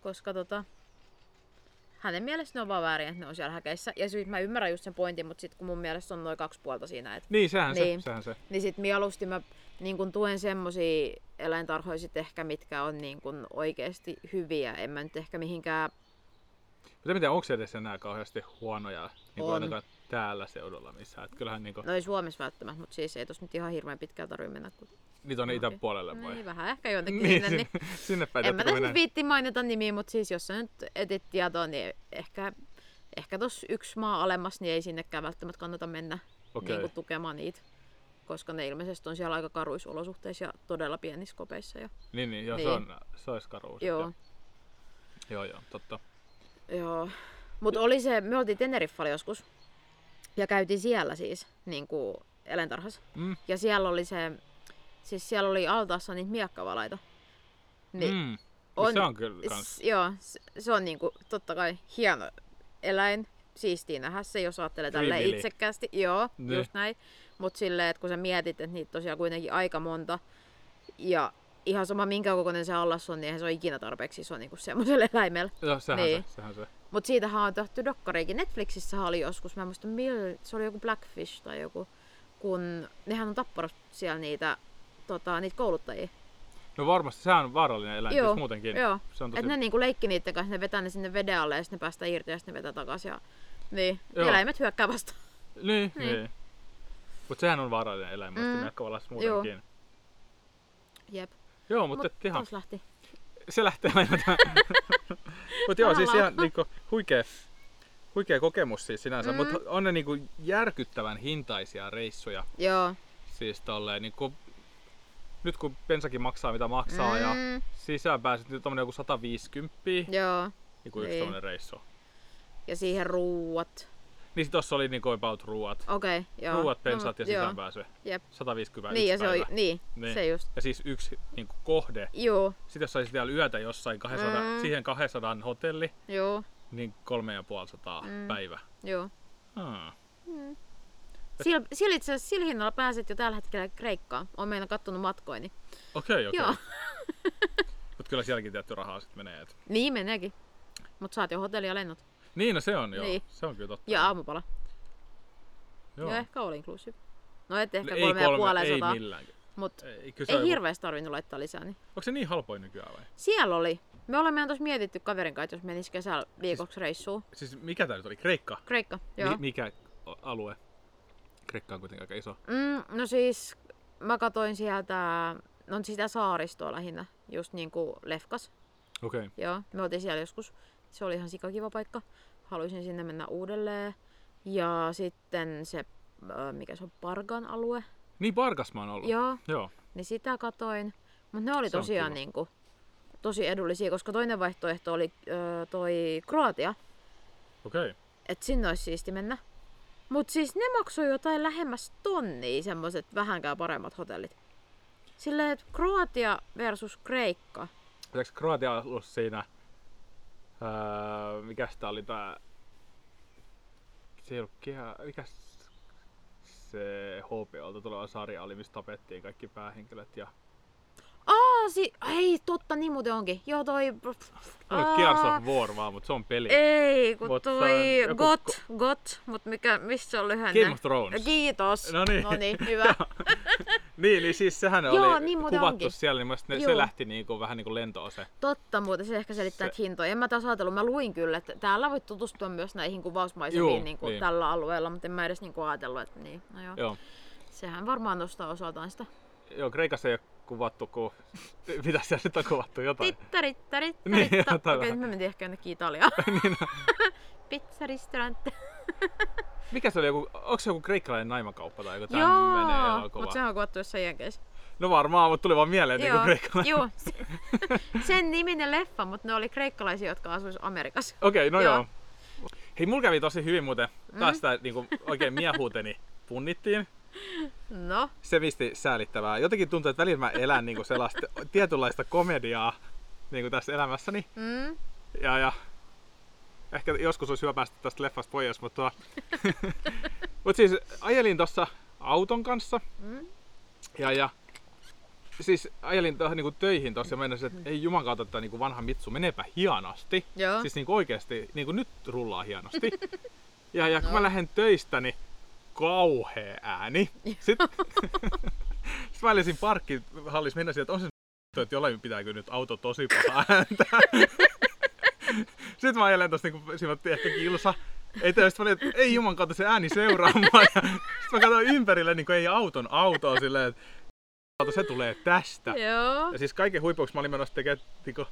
[SPEAKER 2] koska tota, hänen mielestä ne on vaan väärin, että ne on siellä häkeissä. Ja sit mä ymmärrän just sen pointin, mutta sit kun mun mielestä on noin kaksi puolta siinä, et,
[SPEAKER 1] Niin, sehän
[SPEAKER 2] Niin.
[SPEAKER 1] se, sehän se.
[SPEAKER 2] niin sit mieluusti mä niin kun tuen semmosia eläintarhoja sit ehkä, mitkä on niin kun oikeesti hyviä. En mä nyt ehkä mihinkään,
[SPEAKER 1] Mutta miten onko se edes enää kauheasti huonoja, niin kuin
[SPEAKER 2] On.
[SPEAKER 1] ainakaan täällä seudulla missään. Et kyllähän niinku,
[SPEAKER 2] no ei Suomessa välttämättä, mutta siis ei tos nyt ihan hirveän pitkään tarvitse mennä. Kun...
[SPEAKER 1] niitä on
[SPEAKER 2] no,
[SPEAKER 1] itäpuolelle vai?
[SPEAKER 2] Niin, vähän ehkä jonnekin
[SPEAKER 1] Niin,
[SPEAKER 2] sinne, niin
[SPEAKER 1] sinne, sinne päin.
[SPEAKER 2] en mä tässä
[SPEAKER 1] tiedätkö, kun
[SPEAKER 2] nyt
[SPEAKER 1] mennään.
[SPEAKER 2] viitti mainita nimiä, mutta siis jos sä nyt etit tietoa, niin ehkä, ehkä tos yksi maa alemmas, niin ei sinnekään välttämättä kannata mennä okay.
[SPEAKER 1] Okei.
[SPEAKER 2] niin kuin tukemaan niitä. Koska ne ilmeisesti on siellä aika karuissa olosuhteissa ja todella pienissä kopeissa. Ja,
[SPEAKER 1] Niin, niin, joo, se,
[SPEAKER 2] Niin.
[SPEAKER 1] on, se olisi karuus.
[SPEAKER 2] joo,
[SPEAKER 1] joo, joo, totta.
[SPEAKER 2] joo. Mutta oli se, me oltiin Teneriffalla joskus ja käytiin siellä siis niin kuin eläintarhassa.
[SPEAKER 1] Mm.
[SPEAKER 2] Ja siellä oli se, siis siellä oli altaassa niitä miekkavalaita. Niin,
[SPEAKER 1] Mm.
[SPEAKER 2] On-
[SPEAKER 1] On, se on kyllä kans.
[SPEAKER 2] S- joo, se, se on niinku, totta kai hieno eläin. Siistiä nähdä se, jos ajattelee tälle
[SPEAKER 1] Hymyili.
[SPEAKER 2] itsekkäästi. Joo,
[SPEAKER 1] Ne.
[SPEAKER 2] just näin. Mut silleen, että kun sä mietit, että niitä tosiaan kuitenkin aika monta. Ja ihan sama minkä kokoinen se allas on, niin eihän se ole ikinä tarpeeksi iso niinku semmoiselle eläimelle.
[SPEAKER 1] Joo, sehän
[SPEAKER 2] Niin.
[SPEAKER 1] se, sehän se.
[SPEAKER 2] Mut siitähän on tehty dokkariikin. Netflixissä oli joskus, mä en muista mill, se oli joku Blackfish tai joku. Kun nehän on tappanut siellä niitä, tota, niitä kouluttajia.
[SPEAKER 1] No varmasti, sehän on vaarallinen eläin,
[SPEAKER 2] Joo,
[SPEAKER 1] siis muutenkin.
[SPEAKER 2] Joo,
[SPEAKER 1] Se on tosi...
[SPEAKER 2] Että ne niinku leikki niiden kanssa, ne vetää ne sinne veden alle ja sitten ne päästään irti ja sitten ne vetää takaisin. Ja... Niin,
[SPEAKER 1] Joo.
[SPEAKER 2] eläimet hyökkää vastaan.
[SPEAKER 1] Niin,
[SPEAKER 2] Niin.
[SPEAKER 1] niin. niin. Mutta sehän on vaarallinen eläin, mm.
[SPEAKER 2] Mm.
[SPEAKER 1] näkövallassa muutenkin. Joo,
[SPEAKER 2] Jep.
[SPEAKER 1] joo mutta Mut, ihan,
[SPEAKER 2] taas lähti.
[SPEAKER 1] se lähtee aina tähän. Mutta joo, siis ihan niinku, huikea, huikea kokemus siis sinänsä.
[SPEAKER 2] Mm.
[SPEAKER 1] Mm. Mutta on ne niinku järkyttävän hintaisia reissuja.
[SPEAKER 2] Joo.
[SPEAKER 1] Siis tolleen, niinku, nyt kun pensakin maksaa mitä maksaa mm. ja sisään pääset nyt tommonen joku 150,
[SPEAKER 2] Joo.
[SPEAKER 1] niinku yksi
[SPEAKER 2] niin.
[SPEAKER 1] tommonen reissu.
[SPEAKER 2] Ja siihen ruuat.
[SPEAKER 1] Niin sit tossa oli niinku about ruuat.
[SPEAKER 2] Okei, okay, joo.
[SPEAKER 1] Ruuat,
[SPEAKER 2] mut
[SPEAKER 1] pensat ja
[SPEAKER 2] joo.
[SPEAKER 1] sisäänpääsy.
[SPEAKER 2] Jep.
[SPEAKER 1] 150
[SPEAKER 2] Niin, ja
[SPEAKER 1] yksi
[SPEAKER 2] se on,
[SPEAKER 1] päivä.
[SPEAKER 2] niin,
[SPEAKER 1] Niin.
[SPEAKER 2] se just.
[SPEAKER 1] Ja siis yksi niinku, kohde.
[SPEAKER 2] Joo,
[SPEAKER 1] Sitten jos saisit vielä yötä jossain 200,
[SPEAKER 2] Mm.
[SPEAKER 1] mm. siihen 200 hotelli,
[SPEAKER 2] joo,
[SPEAKER 1] niin 3500
[SPEAKER 2] Mm.
[SPEAKER 1] mm. päivä.
[SPEAKER 2] joo.
[SPEAKER 1] Hmm.
[SPEAKER 2] Mm. Sillä, sillä itse asiassa sillä hinnalla pääset jo tällä hetkellä Kreikkaan. Olen meidän kattonut matkoini.
[SPEAKER 1] Okei, okei.
[SPEAKER 2] Joo.
[SPEAKER 1] Mutta kyllä sielläkin tietty rahaa sitten menee. Et.
[SPEAKER 2] Niin meneekin. Mut saat jo hotelli ja lennot.
[SPEAKER 1] Niin, no se on joo.
[SPEAKER 2] Niin.
[SPEAKER 1] Niin. Se on kyllä totta.
[SPEAKER 2] Ja aamupala.
[SPEAKER 1] joo.
[SPEAKER 2] Joo, ehkä all inclusive. No et ehkä
[SPEAKER 1] Ei
[SPEAKER 2] kolme ja puoleen
[SPEAKER 1] ei
[SPEAKER 2] sataa,
[SPEAKER 1] millään.
[SPEAKER 2] mut
[SPEAKER 1] Ei, kyllä se
[SPEAKER 2] ei
[SPEAKER 1] on joku,
[SPEAKER 2] hirveästi tarvinnut laittaa lisää. Niin.
[SPEAKER 1] onko se niin halpoin nykyään vai?
[SPEAKER 2] Siellä oli. Me olemme ihan tuossa mietitty kaverin kanssa, että jos menisi kesällä viikoksi reissuun.
[SPEAKER 1] Siis mikä tää nyt oli? Kreikka?
[SPEAKER 2] Kreikka, joo.
[SPEAKER 1] Mi- mikä o- alue? Kreikka on kuitenkin aika iso.
[SPEAKER 2] Mm, no siis mä katoin sieltä, no sitä saaristoa lähinnä, just niin kuin Lefkas.
[SPEAKER 1] Okei. Okay.
[SPEAKER 2] Joo, me oltiin siellä joskus. Se oli ihan sikakiva paikka. Haluaisin sinne mennä uudelleen. Ja sitten se, ö, mikä se on, Pargan alue.
[SPEAKER 1] Niin Barkas mä oon ollut.
[SPEAKER 2] Joo,
[SPEAKER 1] joo.
[SPEAKER 2] niin sitä katoin. Mutta ne oli
[SPEAKER 1] Se on
[SPEAKER 2] tosiaan
[SPEAKER 1] kiva.
[SPEAKER 2] niin kuin, tosi edullisia, koska toinen vaihtoehto oli ö, toi Kroatia,
[SPEAKER 1] Okei. Okay.
[SPEAKER 2] että sinne olisi siisti mennä. Mutta siis ne maksoi jotain lähemmäs tonnia semmoset vähänkään paremmat hotellit. Silleen, että Kroatia versus Kreikka.
[SPEAKER 1] Eikö Kroatia ollut siinä, öö, mikä sitä oli tää se ei ollut keha, mikä s- se HBOlta tuleva sarja oli, missä tapettiin kaikki päähenkilöt ja
[SPEAKER 2] Aa, si- ei totta, niin muuten onkin. Joo, toi...
[SPEAKER 1] on
[SPEAKER 2] Aa,
[SPEAKER 1] ollut Gears of War vaan, mutta se on peli.
[SPEAKER 2] Ei, kun
[SPEAKER 1] Mut se on
[SPEAKER 2] toi
[SPEAKER 1] joku
[SPEAKER 2] got, got, mutta mikä, missä se on lyhenne?
[SPEAKER 1] Game of Thrones.
[SPEAKER 2] Kiitos.
[SPEAKER 1] No niin.
[SPEAKER 2] hyvä.
[SPEAKER 1] niin, niin siis sehän
[SPEAKER 2] Joo,
[SPEAKER 1] oli
[SPEAKER 2] niin muuten
[SPEAKER 1] kuvattu
[SPEAKER 2] onkin.
[SPEAKER 1] siellä, niin mun mielestä ne,
[SPEAKER 2] Joo.
[SPEAKER 1] se lähti niinku, vähän niin kuin lentoase.
[SPEAKER 2] Totta, muuten se ehkä selittää
[SPEAKER 1] Se-
[SPEAKER 2] että hintoja. En mä taas ajatellut, mä luin kyllä, että täällä voit tutustua myös näihin kuvausmaisemiin
[SPEAKER 1] Juu,
[SPEAKER 2] niin kuin
[SPEAKER 1] niin.
[SPEAKER 2] tällä alueella, mutta en mä edes niin kuin ajatellut, että niin, no joo.
[SPEAKER 1] Joo.
[SPEAKER 2] Sehän varmaan nostaa osaltaan sitä.
[SPEAKER 1] Joo, Kreikassa ei ole kuvattu, kun... Mitä siellä nyt on kuvattu? Jotain.
[SPEAKER 2] Titta, ritta, ritta,
[SPEAKER 1] Niin,
[SPEAKER 2] ritta.
[SPEAKER 1] jotain
[SPEAKER 2] Okei,
[SPEAKER 1] vähän.
[SPEAKER 2] nyt me mentiin ehkä jonnekin Italiaan.
[SPEAKER 1] Niin,
[SPEAKER 2] Pizza, ristorante.
[SPEAKER 1] Mikä se oli? Joku, onko se joku kreikkalainen naimakauppa tai joku tämmöinen?
[SPEAKER 2] Joo, mutta sehän on kuvattu jossain jenkeissä.
[SPEAKER 1] No varmaan, mutta tuli vaan mieleen, niinku että joku kreikkalainen.
[SPEAKER 2] Joo, sen niminen leffa, mutta ne oli kreikkalaisia, jotka asuis Amerikassa.
[SPEAKER 1] Okei, no
[SPEAKER 2] Joo.
[SPEAKER 1] joo. Hei, mulla kävi tosi hyvin muuten. Tästä niinku, oikein miehuuteni punnittiin.
[SPEAKER 2] No,
[SPEAKER 1] Se pisti säälittävää. Jotenkin tuntuu, että välillä mä elän niinku sellaista tietynlaista komediaa niinku tässä elämässäni.
[SPEAKER 2] mm,
[SPEAKER 1] Ja, ja ehkä joskus olisi hyvä päästä tästä leffasta pois, mutta... Mut siis ajelin tuossa auton kanssa.
[SPEAKER 2] Mm.
[SPEAKER 1] Ja, ja siis ajelin tuohon niinku töihin tuossa ja meinasin, että ei juman kautta, että niinku vanha Mitsu meneepä hienosti.
[SPEAKER 2] joo.
[SPEAKER 1] Siis niinku oikeesti, niinku nyt rullaa hienosti. Ja, ja kun
[SPEAKER 2] No.
[SPEAKER 1] mä lähden töistä, niin kauhea ääni. Sitten sit mä olisin parkkihallissa mennä sieltä, että on se vittu, että jollain pitääkö nyt auto tosi paha ääntää. Sitten mä ajelen tosta niinku, siinä otti ehkä kilsa. Ei tästä mä olin, että ei juman kautta se ääni seuraa mua. Ja Sitten mä katsoin ympärille, niin ei auton autoa silleen, että "Jumalauta, se tulee tästä.
[SPEAKER 2] Joo.
[SPEAKER 1] Ja siis kaiken huipuksi mä olin menossa tekemään, niinku, äh,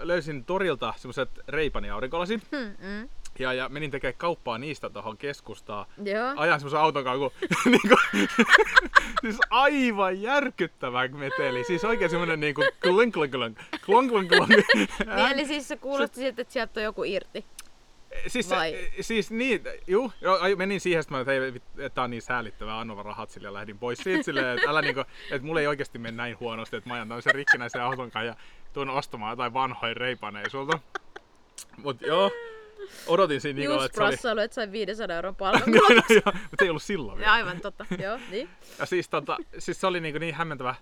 [SPEAKER 1] löysin torilta semmoset reipani aurinkolasit
[SPEAKER 2] Mm, mm.
[SPEAKER 1] ja, ja menin tekemään kauppaa niistä tuohon keskustaan.
[SPEAKER 2] Joo.
[SPEAKER 1] Ajan semmoisen auton kanssa, kun niinku, siis aivan järkyttävä meteli. Siis oikein semmonen niinku klunk klunk klunk klunk klunk klunk.
[SPEAKER 2] Niin, eli siis se kuulosti siltä, että sieltä on joku
[SPEAKER 1] Niin
[SPEAKER 2] irti.
[SPEAKER 1] Siis,
[SPEAKER 2] Vai?
[SPEAKER 1] se, siis niin, juu, joo, ai- menin siihen, että, mä, että, hei, vit- että tää on niin säälittävää, anna vaan rahat sille ja lähdin pois siitä silleen, että älä niinku, että mulla ei oikeasti mene näin huonosti, että mä ajan tämmöisen rikkinäisen auton kanssa ja tuun ostamaan jotain vanhoja reipaneja sulta. Mut joo, odotin siinä
[SPEAKER 2] Niin, Juus
[SPEAKER 1] niinku, että se oli...
[SPEAKER 2] Brassailu, että sai 500 euron palvelun.
[SPEAKER 1] Joo, joo, joo, mut se ei ollut silloin vielä.
[SPEAKER 2] Ja aivan totta, joo, niin.
[SPEAKER 1] Ja siis, tota, siis se oli niinku niin hämmentävä.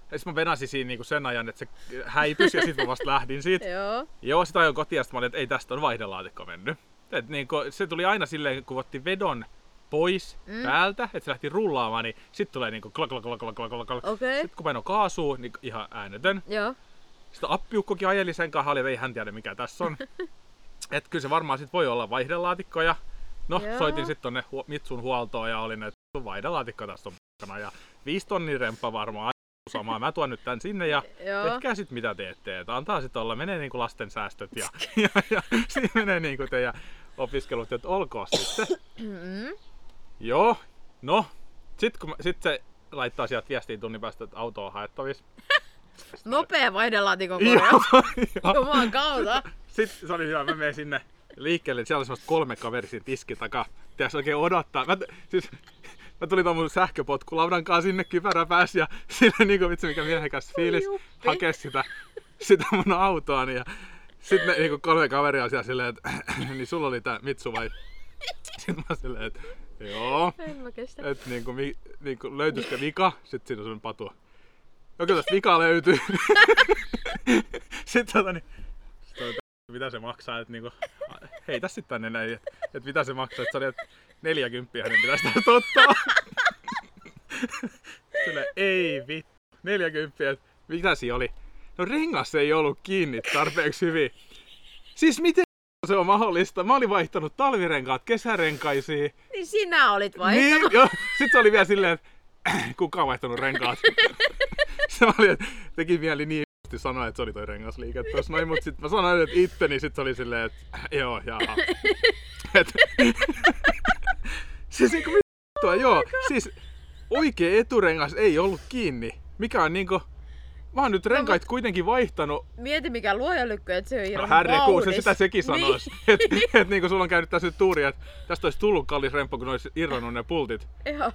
[SPEAKER 1] Sitten mä venasin siinä niinku sen ajan, että se häipys ja sitten mä vasta lähdin siitä.
[SPEAKER 2] Joo,
[SPEAKER 1] Joo, sitä ajoin kotiin ja sit mä olin, että ei tästä on vaihdelaatikko mennyt. Et niin kun, se tuli aina silleen, kun otti vedon pois mm. päältä, että se lähti rullaamaan, niin sitten tulee niinku klak klak klak klak klak klak. klak.
[SPEAKER 2] Okei.
[SPEAKER 1] Sitten kun paino kaasua, niin ihan äänetön.
[SPEAKER 2] joo.
[SPEAKER 1] Sitten appiukkokin ajeli sen kanssa, oli, että ei hän tiedä mikä tässä on. Et kyllä se varmaan sit voi olla vaihdelaatikko ja no
[SPEAKER 2] Joo.
[SPEAKER 1] Joo. soitin sitten tonne huo- Mitsun huoltoon ja olin, että sun vaihdelaatikko tässä on p***na ja viisi tonnin remppa varmaan samaa. Mä tuon nyt tän sinne ja
[SPEAKER 2] Joo.
[SPEAKER 1] tehkää sit mitä teette. Että antaa sit olla, menee niinku lasten säästöt ja, ja, ja siinä menee niinku teidän opiskelut, että olkoon sitten.
[SPEAKER 2] Mm-mm.
[SPEAKER 1] Joo, no. Sit, kun, mä- sit se laittaa sieltä viestiä tunnin päästä, että auto on haettavissa.
[SPEAKER 2] Nopea vaihdelaatikon korjaus.
[SPEAKER 1] Joo, joo.
[SPEAKER 2] Jumalan kautta.
[SPEAKER 1] Sitten se oli hyvä, mä menin sinne liikkeelle, niin siellä oli semmoista kolme kaveri siinä tiskin takaa. Pitäis oikein odottaa. Mä, t- siis, mä tulin tuon mun sähköpotkulaudan kanssa sinne kypärä pääsi ja sille niinku vitsi mikä miehekäs fiilis
[SPEAKER 2] juppi.
[SPEAKER 1] hakea sitä, sitä mun autoani. Ja sitten ne niinku kolme kaveria oli siellä silleen, että niin sulla oli tää Mitsu vai? Sitten mä silleen, että joo.
[SPEAKER 2] En mä kestä.
[SPEAKER 1] Että niinku, mi, niinku löytyisikö vika, sit siinä on semmonen patu. No kyllä tästä vika löytyy. Sitten tota niin, sit oli, että mitä se maksaa, että niinku, heitä sit tänne näin, että et mitä se maksaa, että se oli, että 40 hänen pitäisi niin tästä ottaa. Sille, ei vittu, 40, että mitä siinä oli? No rengas ei ollut kiinni tarpeeksi hyvin. Siis miten se on mahdollista? Mä olin vaihtanut talvirenkaat kesärenkaisiin.
[SPEAKER 2] Niin sinä olit vaihtanut.
[SPEAKER 1] Niin, joo. Sitten se oli vielä silleen, että kuka on vaihtanut renkaat. se oli, että teki mieli niin p***sti sanoa, että se oli toi rengasliike tuossa noin, mutta sitten mä sanoin, että itse, niin sitten se oli silleen, että joo, jaha. Et, siis niinku vittua, joo. Siis oikea eturengas ei ollut kiinni, mikä on niinku... Mä oon nyt renkaat kuitenkin vaihtanut
[SPEAKER 2] No, Mieti mikä luoja lykkö, että se on
[SPEAKER 1] No
[SPEAKER 2] hirveän
[SPEAKER 1] Härri Kuusi,
[SPEAKER 2] kaunis.
[SPEAKER 1] sitä sekin sanois.
[SPEAKER 2] Niin,
[SPEAKER 1] Niin. Että et, niinku sulla on käynyt tässä nyt tuuri, että tästä olisi tullut kallis remppa, kun olisi irronnut ne pultit.
[SPEAKER 2] joo.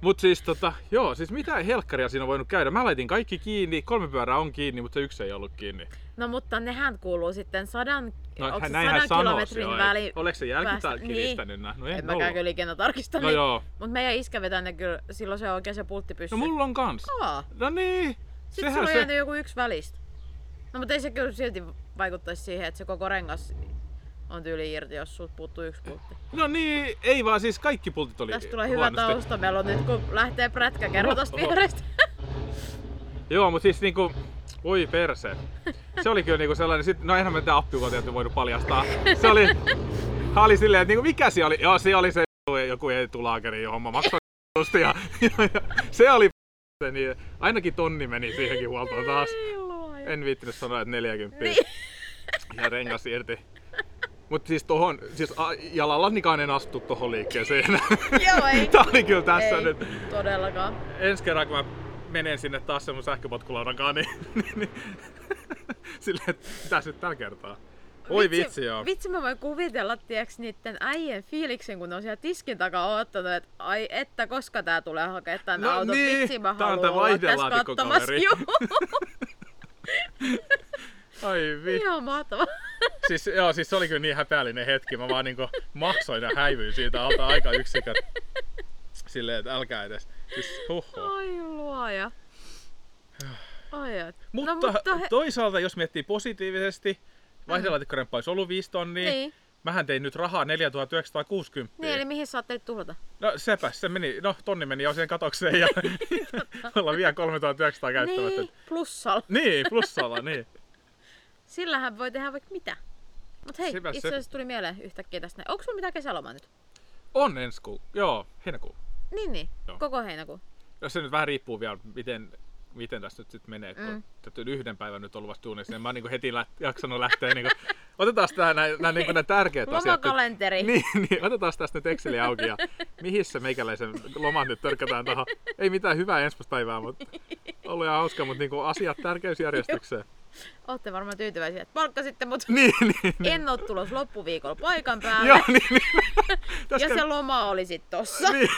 [SPEAKER 1] Mut siis tota, joo, siis mitä helkkaria siinä on voinut käydä? Mä laitin kaikki kiinni, kolme pyörää on kiinni, mutta se yksi ei ollut kiinni.
[SPEAKER 2] No mutta nehän kuuluu sitten sadan,
[SPEAKER 1] No,
[SPEAKER 2] onko se
[SPEAKER 1] hän- näinhän
[SPEAKER 2] sadan
[SPEAKER 1] sanoo
[SPEAKER 2] kilometrin
[SPEAKER 1] silloin,
[SPEAKER 2] väliin.
[SPEAKER 1] et Oliko se jälkitarkkivistänyt niin. No
[SPEAKER 2] En,
[SPEAKER 1] en
[SPEAKER 2] en mäkään
[SPEAKER 1] ollut.
[SPEAKER 2] kyllä ikinä tarkistanut.
[SPEAKER 1] No joo.
[SPEAKER 2] Mut meidän iskä vetää ne kyllä, silloin se on oikein se pulttipyssy.
[SPEAKER 1] No mulla on kans.
[SPEAKER 2] Aa,
[SPEAKER 1] No niin.
[SPEAKER 2] sit sulla on jäänyt joku yksi välistä. No mutta ei se kyllä silti vaikuttaisi siihen, että se koko rengas on tyyli irti, jos sulta puuttuu yksi pultti.
[SPEAKER 1] No niin, ei vaan siis kaikki pultit oli
[SPEAKER 2] Tästä tulee hyvä
[SPEAKER 1] niin, huonosti.
[SPEAKER 2] tausta. Meillä on nyt kun lähtee prätkä, kerro tosta
[SPEAKER 1] Oho.
[SPEAKER 2] vierestä.
[SPEAKER 1] Joo, mutta siis niinku, voi perse. Se oli kyllä niinku sellainen, sit, no eihän me tätä appiukotietoa voinut paljastaa. Se oli, hän oli silleen, että niinku, mikä se oli? Joo, se oli se joku etulaakeri, johon mä maksoin ja, ja, ja, se oli se, niin ainakin tonni meni siihenkin huoltoon taas.
[SPEAKER 2] Ei luoja.
[SPEAKER 1] En viittinyt sanoa, että 40
[SPEAKER 2] Niin.
[SPEAKER 1] ja rengas irti. Mut siis tohon, siis a, jalallanikaan en astu tohon liikkeeseen enää.
[SPEAKER 2] Joo, ei.
[SPEAKER 1] Tää oli kyllä tässä
[SPEAKER 2] ei,
[SPEAKER 1] nyt.
[SPEAKER 2] todellakaan.
[SPEAKER 1] ensi kerran kun mä menen sinne taas semmoisen sähköpotkulaudankaan, niin, niin, niin silleen, että mitäs nyt tällä kertaa? Oi vitsi, joo.
[SPEAKER 2] Vitsi mä voin kuvitella, tiiäks, niitten äijien fiiliksen, kun ne on siellä tiskin takaa oottanut, että ai että, koska tää tulee hakea tän
[SPEAKER 1] No
[SPEAKER 2] auton.
[SPEAKER 1] niin,
[SPEAKER 2] Vitsi mä
[SPEAKER 1] tää
[SPEAKER 2] haluan
[SPEAKER 1] on tää
[SPEAKER 2] olla tässä
[SPEAKER 1] vaihdelaatikko,
[SPEAKER 2] katsomassa.
[SPEAKER 1] kaveri.
[SPEAKER 2] Joo,
[SPEAKER 1] Ai vitsi.
[SPEAKER 2] ihan mahtavaa.
[SPEAKER 1] Siis, joo, siis se oli kyllä niin häpeällinen hetki. Mä vaan niinku maksoin ja häivyin siitä alta aika yksikön. Silleen, että älkää edes. Siis, huhhuh.
[SPEAKER 2] Ai luoja. Ai, et.
[SPEAKER 1] Mutta,
[SPEAKER 2] no, mutta he...
[SPEAKER 1] toisaalta, jos miettii positiivisesti, vaihdelaatikkoremppa olisi ollut 5 tonnia.
[SPEAKER 2] Niin.
[SPEAKER 1] Mähän tein nyt rahaa 4960.
[SPEAKER 2] Niin, eli mihin sä ajattelit tuhlata?
[SPEAKER 1] No sepä, se meni, no tonni meni jo siihen katokseen ja ollaan vielä 3900 käyttämättä.
[SPEAKER 2] Niin, plussalla.
[SPEAKER 1] Niin, plussalla, niin.
[SPEAKER 2] Sillähän voi tehdä vaikka mitä. Mut hei,
[SPEAKER 1] Sepä se.
[SPEAKER 2] itse asiassa tuli mieleen yhtäkkiä tästä. näin. Onko sulla mitään kesälomaa nyt?
[SPEAKER 1] On ensi kuu. Joo, heinäkuu.
[SPEAKER 2] Niin, niin.
[SPEAKER 1] Joo.
[SPEAKER 2] Koko heinäkuu.
[SPEAKER 1] Ja se nyt vähän riippuu vielä, miten, miten tässä nyt sitten menee. Mm.
[SPEAKER 2] Mm.
[SPEAKER 1] Kun täytyy yhden päivän nyt olla vasta duunissa, niin mä oon niinku heti lä- jaksanut lähteä. Niinku, otetaan tää nää, nää, niinku, nää tärkeät asiat. nyt.
[SPEAKER 2] Lomakalenteri.
[SPEAKER 1] Niin, niin, otetaan tästä nyt Exceli auki ja mihin se meikäläisen lomat nyt törkätään tuohon. Ei mitään hyvää ensimmäistä päivää, mutta ollut ihan hauska, mutta niinku asiat tärkeysjärjestykseen.
[SPEAKER 2] Ootte varmaan tyytyväisiä, että palkkasitte mut.
[SPEAKER 1] niin, niin, niin.
[SPEAKER 2] En oo tulos loppuviikolla paikan päälle.
[SPEAKER 1] Joo, niin, niin.
[SPEAKER 2] ja
[SPEAKER 1] Tässä
[SPEAKER 2] se loma oli sit tossa.
[SPEAKER 1] Niin.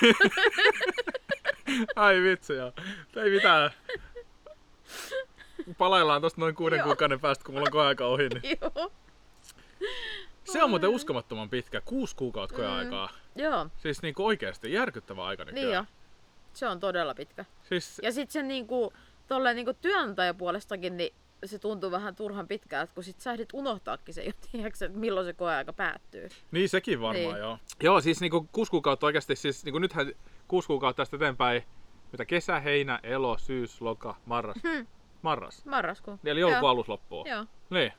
[SPEAKER 1] Ai vitsi, joo. Tää Ei mitään. Palaillaan tosta noin kuuden
[SPEAKER 2] Joo.
[SPEAKER 1] kuukauden päästä, kun mulla on koeaika ohi. Niin.
[SPEAKER 2] Joo.
[SPEAKER 1] Se on muuten uskomattoman pitkä, kuusi kuukautta koeaikaa.
[SPEAKER 2] Joo,
[SPEAKER 1] Siis niinku oikeesti järkyttävä aika
[SPEAKER 2] Mm. niin
[SPEAKER 1] nykyään.
[SPEAKER 2] joo. Se on todella pitkä.
[SPEAKER 1] Siis,
[SPEAKER 2] Ja sit se niinku, tolleen niinku työnantajapuolestakin, niin se tuntuu vähän turhan pitkältä, kun sit sä ehdit unohtaakin se jo, tiiäksä, että milloin se koeaika päättyy.
[SPEAKER 1] niin sekin varmaan
[SPEAKER 2] Niin.
[SPEAKER 1] joo. Joo, siis niinku kuusi kuukautta oikeesti, siis niinku nythän kuusi kuukautta tästä eteenpäin, mitä kesä, heinä, elo, syys, loka, marras. Marras.
[SPEAKER 2] Marraskuun.
[SPEAKER 1] Niin, Eli joulukuun alus loppuu.
[SPEAKER 2] Hmm. Joo. Joo.
[SPEAKER 1] Niin.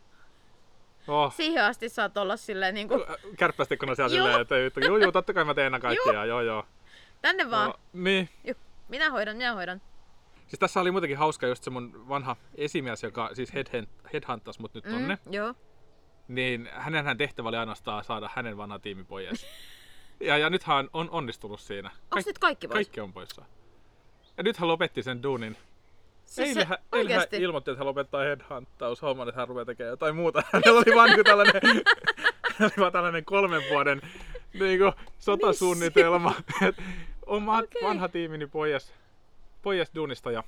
[SPEAKER 1] Oh.
[SPEAKER 2] Siihen asti saat olla silleen niinku,
[SPEAKER 1] kärppästikkona siellä
[SPEAKER 2] Joo.
[SPEAKER 1] silleen, että vittu, juu, juu, totta kai mä teen nää kaikkia, joo, joo.
[SPEAKER 2] tänne vaan.
[SPEAKER 1] No, niin.
[SPEAKER 2] Juh, minä hoidan, minä hoidan.
[SPEAKER 1] Siis tässä oli muutenkin hauska just se mun vanha esimies, joka siis headhen- headhuntasi mut nyt tonne,
[SPEAKER 2] Mm, joo.
[SPEAKER 1] niin hänenhän tehtävä oli ainoastaan saada hänen vanha tiimi pois. ja, ja nythän on, on onnistunut siinä.
[SPEAKER 2] Onks nyt kaikki pois?
[SPEAKER 1] Kaikki on poissa. Ja nyt hän lopetti sen duunin.
[SPEAKER 2] Siis
[SPEAKER 1] eilen, hän, eilen hän
[SPEAKER 2] oikeesti.
[SPEAKER 1] ilmoitti, että hän lopettaa headhunttaushomman, että hän rupeaa tekemään jotain muuta. Hänellä oli vaan niinku tällainen, hänellä oli vaan tällainen kolmen vuoden niinku, sotasuunnitelma. Et Oma okay.
[SPEAKER 2] Niin Okei.
[SPEAKER 1] vanha tiimini pois, pois duunista ja,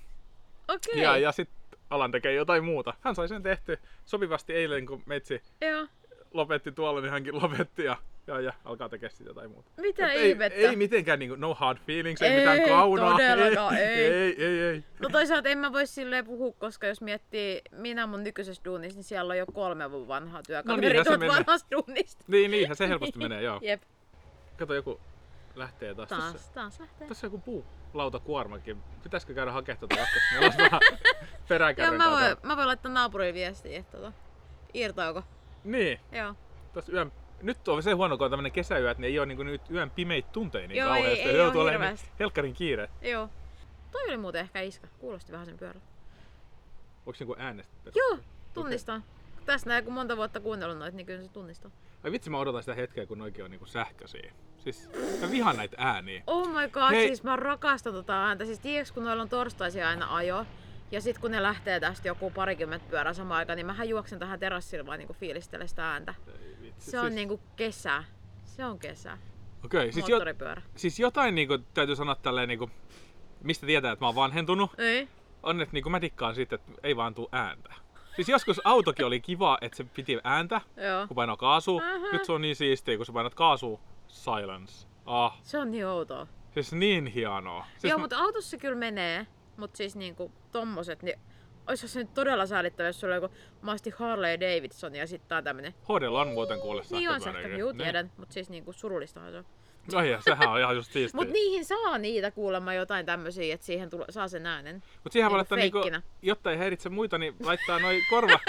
[SPEAKER 2] Okei.
[SPEAKER 1] ja, ja sitten alan tekee jotain muuta. Hän sai sen tehty sopivasti eilen, kun metsi
[SPEAKER 2] Joo.
[SPEAKER 1] lopetti tuolla, niin hänkin lopetti ja, ja, ja alkaa tekemään sitten jotain muuta.
[SPEAKER 2] Mitä
[SPEAKER 1] Et ei,
[SPEAKER 2] ihmettä?
[SPEAKER 1] ei mitenkään niinku, no hard feelings, ei,
[SPEAKER 2] Ei,
[SPEAKER 1] mitään kaunaa.
[SPEAKER 2] todellakaan, ei.
[SPEAKER 1] ei, ei, ei.
[SPEAKER 2] No toisaalta en mä voi silleen puhua, koska jos miettii minä mun nykyisessä duunissa, niin siellä on jo kolme vuoden vanhaa työkaveria
[SPEAKER 1] niinhän se
[SPEAKER 2] no niin,
[SPEAKER 1] menee.
[SPEAKER 2] vanhasta duunista.
[SPEAKER 1] Niin, niinhän se helposti menee, joo.
[SPEAKER 2] Jep,
[SPEAKER 1] Kato, joku lähtee taas.
[SPEAKER 2] taas,
[SPEAKER 1] Tässä,
[SPEAKER 2] taas lähtee.
[SPEAKER 1] tässä on joku puu lautakuormakin. Pitäisikö käydä hakemaan tuota jatkossa? Meillä olisi vähän
[SPEAKER 2] Joo,
[SPEAKER 1] peräkärryä.
[SPEAKER 2] mä voin, mä voin laittaa naapurille viestiä, että tota, irtauko.
[SPEAKER 1] Niin,
[SPEAKER 2] Joo.
[SPEAKER 1] tässä yön... Nyt on se huono, kun on tämmönen kesäyö, että ne ei ole niinku nyt yön pimeitä tunteja niin
[SPEAKER 2] Joo, ei-
[SPEAKER 1] kauheasti.
[SPEAKER 2] ei
[SPEAKER 1] Joo,
[SPEAKER 2] oo
[SPEAKER 1] tuolla
[SPEAKER 2] hirveästi.
[SPEAKER 1] niinku helkkarin kiire.
[SPEAKER 2] Joo. Toi oli muuten ehkä iska. Kuulosti vähän sen pyörällä.
[SPEAKER 1] Onko niinku äänestä?
[SPEAKER 2] Joo, tunnistan. Tässä näin, kun monta vuotta kuunnellut noita, niin kyllä se tunnistaa.
[SPEAKER 1] Ai vitsi, mä odotan sitä hetkeä, kun noikin on niinku sähköisiä. Siis mä vihaan näitä ääniä.
[SPEAKER 2] Oh my god,
[SPEAKER 1] Hei.
[SPEAKER 2] Hei. siis mä rakastan tota ääntä. Siis tiiäks, kun noilla on torstaisin aina ajo, ja sit kun ne lähtee tästä joku parikymmentä pyörää samaan aikaan, niin mähän juoksen tähän terassille vaan niinku fiilistele sitä ääntä.
[SPEAKER 1] Ei vitsi,
[SPEAKER 2] Se on
[SPEAKER 1] siis-
[SPEAKER 2] niinku kesä. Se on kesä.
[SPEAKER 1] Okei, okay, siis, jo,
[SPEAKER 2] moottoripyörä.
[SPEAKER 1] siis jotain niinku, täytyy sanoa tälleen, niinku, mistä tietää, että mä oon vanhentunut,
[SPEAKER 2] Ei.
[SPEAKER 1] on, että niinku, mä dikkaan siitä, että ei vaan tuu ääntä. Siis joskus autokin oli kiva, että se piti ääntä,
[SPEAKER 2] Joo.
[SPEAKER 1] kun painaa kaasua.
[SPEAKER 2] Aha.
[SPEAKER 1] Nyt se on niin siistiä, kun sä painat kaasua. Silence. Ah,
[SPEAKER 2] Se on niin outoa.
[SPEAKER 1] siis niin hienoa. Siis
[SPEAKER 2] Siis Joo,
[SPEAKER 1] mä-
[SPEAKER 2] mutta autossa kyllä menee, mutta siis niinku tommoset, niin olisiko se nyt todella säälittävä, jos sulla on joku maasti Harley Davidson ja sitten tää tämmönen.
[SPEAKER 1] HDlla on muuten kuule
[SPEAKER 2] Niin on
[SPEAKER 1] sähköpyöräkin.
[SPEAKER 2] sähkö, juu tiedän, mutta siis niinku surullistahan se on.
[SPEAKER 1] Niin. Ai ja, sehän on ihan just siistiä.
[SPEAKER 2] Mut niin, niihin saa niitä kuulemma jotain tämmösiä, että siihen tule, saa sen äänen.
[SPEAKER 1] Mut siihen
[SPEAKER 2] niinku
[SPEAKER 1] voi laittaa niinku,
[SPEAKER 2] feikkinä.
[SPEAKER 1] jotta ei häiritse muita, niin laittaa noin korva,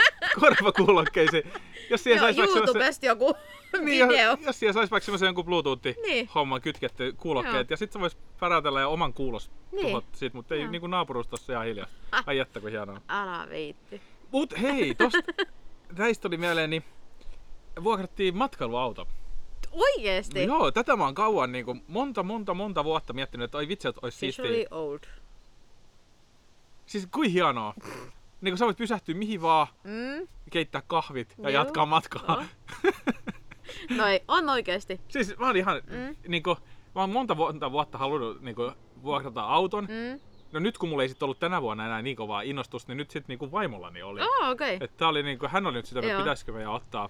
[SPEAKER 1] korvakuulokkeisiin. Jos siihen
[SPEAKER 2] Joo,
[SPEAKER 1] saisi vaikka semmosen-
[SPEAKER 2] YouTubesta joku
[SPEAKER 1] niin,
[SPEAKER 2] video.
[SPEAKER 1] jos, jos siihen saisi vaikka semmoisen jonkun
[SPEAKER 2] Niin.
[SPEAKER 1] Bluetooth-homman kytketty kuulokkeet,
[SPEAKER 2] Joo.
[SPEAKER 1] ja sitten se voisi päräytellä ja oman kuulos
[SPEAKER 2] Niin.
[SPEAKER 1] tuhot siitä, mutta ei
[SPEAKER 2] Joo.
[SPEAKER 1] niinku naapurustossa ihan hiljaa.
[SPEAKER 2] Ah.
[SPEAKER 1] Ai jättä kun hienoa.
[SPEAKER 2] Älä viitti.
[SPEAKER 1] Mut hei, tosta, näistä tuli mieleen, niin vuokrattiin matkailuauto.
[SPEAKER 2] Oikeesti?
[SPEAKER 1] No Joo, tätä mä oon kauan niin kuin, monta, monta, monta vuotta miettinyt, että ai vitsi, että olisi siistiä.
[SPEAKER 2] Officially old.
[SPEAKER 1] Siis kuin hienoa. niin kuin sä voit pysähtyä mihin vaan,
[SPEAKER 2] Mm.
[SPEAKER 1] keittää kahvit ja
[SPEAKER 2] Joo.
[SPEAKER 1] jatkaa matkaa.
[SPEAKER 2] Joo. Noi, on oikeesti.
[SPEAKER 1] Siis mä oon ihan,
[SPEAKER 2] Mm.
[SPEAKER 1] niin kuin, mä oon monta vuotta, vuotta halunnut niin kuin, vuokrata auton.
[SPEAKER 2] Mm.
[SPEAKER 1] No nyt kun mulla ei sit ollut tänä vuonna enää niin kovaa innostusta, niin nyt sit niin kuin vaimollani oli.
[SPEAKER 2] Oh, okei. Okay.
[SPEAKER 1] Et tää oli niinku, hän oli nyt sitä, että
[SPEAKER 2] Joo.
[SPEAKER 1] pitäisikö meidän ottaa.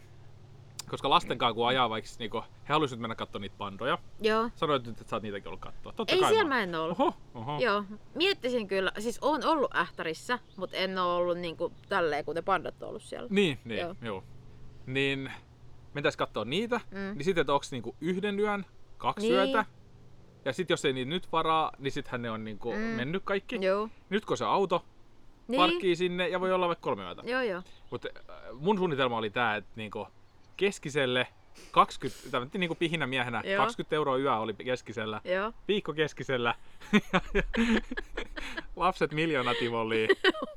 [SPEAKER 1] Koska lasten kanssa kun ajaa vaikka, niinku, he halusivat mennä katsoa niitä pandoja.
[SPEAKER 2] Joo.
[SPEAKER 1] Sanoit nyt, että sä oot niitäkin ollut katsoa. Totta
[SPEAKER 2] Ei
[SPEAKER 1] kai
[SPEAKER 2] siellä
[SPEAKER 1] mä
[SPEAKER 2] mä en oo ollut.
[SPEAKER 1] Oho, oho.
[SPEAKER 2] Joo, miettisin kyllä. Siis on ollut ähtärissä, mutta en ole ollut niinku tälleen, kun ne pandat on ollut siellä.
[SPEAKER 1] Niin, niin, joo.
[SPEAKER 2] Joo.
[SPEAKER 1] joo. Niin mentäis katsoa niitä,
[SPEAKER 2] Mm.
[SPEAKER 1] niin sitten, että onks niinku yhden yön, kaksi
[SPEAKER 2] Niin.
[SPEAKER 1] yötä. Ja sit jos ei niitä nyt varaa, niin sittenhän ne on niinku
[SPEAKER 2] Mm.
[SPEAKER 1] mennyt kaikki.
[SPEAKER 2] Joo.
[SPEAKER 1] Nyt kun se auto
[SPEAKER 2] Niin.
[SPEAKER 1] parkkii sinne ja voi olla vaikka kolme yötä.
[SPEAKER 2] Joo, joo.
[SPEAKER 1] Mutta äh, mun suunnitelma oli tää, että niinku keskiselle 20, tai niinku pihinä miehenä,
[SPEAKER 2] Joo.
[SPEAKER 1] 20 euroa yö oli keskisellä,
[SPEAKER 2] Joo.
[SPEAKER 1] viikko keskisellä, lapset miljoona Tivoliin,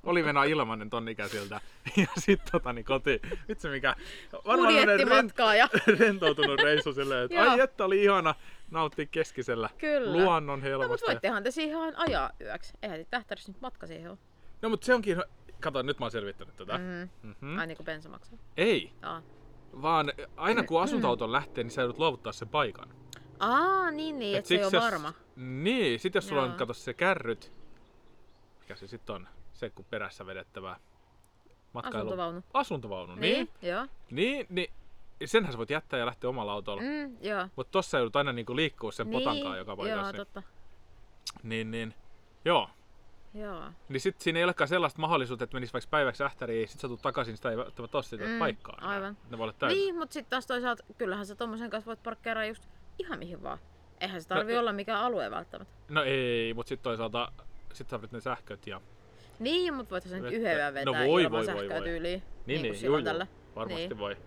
[SPEAKER 1] oli mennä ilmanen ton ikäisiltä, ja sit tota niin kotiin. Vitsi mikä, varmaan semmonen rent,
[SPEAKER 2] Budjettimatkaaja.
[SPEAKER 1] rentoutunut reissu silleen, että
[SPEAKER 2] Joo.
[SPEAKER 1] ai että oli ihana nauttia keskisellä
[SPEAKER 2] Kyllä.
[SPEAKER 1] luonnon
[SPEAKER 2] No, mutta
[SPEAKER 1] helmosta. ja-
[SPEAKER 2] voittehan te siihen ihan ajaa yöksi. Eihän niitä tähtärissä nyt matka siihen ole.
[SPEAKER 1] No mutta se onkin, kato nyt mä oon selvittänyt tätä.
[SPEAKER 2] Mm.
[SPEAKER 1] Mhm.
[SPEAKER 2] Ai niinku bensa maksaa.
[SPEAKER 1] Ei,
[SPEAKER 2] Aa.
[SPEAKER 1] Vaan aina kun asuntauton lähtee, niin sä joudut luovuttaa sen paikan.
[SPEAKER 2] Aa, niin niin,
[SPEAKER 1] Et
[SPEAKER 2] että se ei
[SPEAKER 1] siksi
[SPEAKER 2] ole varma.
[SPEAKER 1] Jos, niin, sit jos sulla on,
[SPEAKER 2] Joo.
[SPEAKER 1] kato se kärryt, mikä se sit on, se kun perässä vedettävä matkailu.
[SPEAKER 2] Asuntovaunu.
[SPEAKER 1] Asuntovaunu, niin. niin.
[SPEAKER 2] Joo.
[SPEAKER 1] Niin, niin. Senhän sä voit jättää ja lähteä omalla autolla. Mm.
[SPEAKER 2] Mm, joo.
[SPEAKER 1] Mutta tossa joudut aina niinku liikkuu sen niin. potankaan joka paikassa.
[SPEAKER 2] Joo,
[SPEAKER 1] Niin,
[SPEAKER 2] totta.
[SPEAKER 1] niin, niin. Joo.
[SPEAKER 2] Joo.
[SPEAKER 1] Niin sit siinä ei olekaan sellaista mahdollisuutta, että menis vaikka päiväksi ähtäriin ja sit sä tulet takaisin, sitä ei välttämättä ole sitä
[SPEAKER 2] Mm,
[SPEAKER 1] paikkaa. enää.
[SPEAKER 2] aivan.
[SPEAKER 1] Ne voi olla täynnä.
[SPEAKER 2] Niin, mutta sitten taas toisaalta, kyllähän sä tommosen kanssa voit parkkeeraa just ihan mihin vaan. Eihän se tarvi
[SPEAKER 1] No,
[SPEAKER 2] olla mikään alue välttämättä.
[SPEAKER 1] No ei, mut sit toisaalta sit sä vedät ne sähköt ja
[SPEAKER 2] Niin, mutta voithan sen nyt
[SPEAKER 1] Vettä.
[SPEAKER 2] yhden yön vetää
[SPEAKER 1] No voi,
[SPEAKER 2] ilman
[SPEAKER 1] voi, voi,
[SPEAKER 2] sähköä
[SPEAKER 1] voi.
[SPEAKER 2] tyyliin.
[SPEAKER 1] Niin,
[SPEAKER 2] kuin
[SPEAKER 1] niin,
[SPEAKER 2] silloin
[SPEAKER 1] juu, juu.
[SPEAKER 2] Niinku tällä.
[SPEAKER 1] Varmasti
[SPEAKER 2] Niin.
[SPEAKER 1] voi.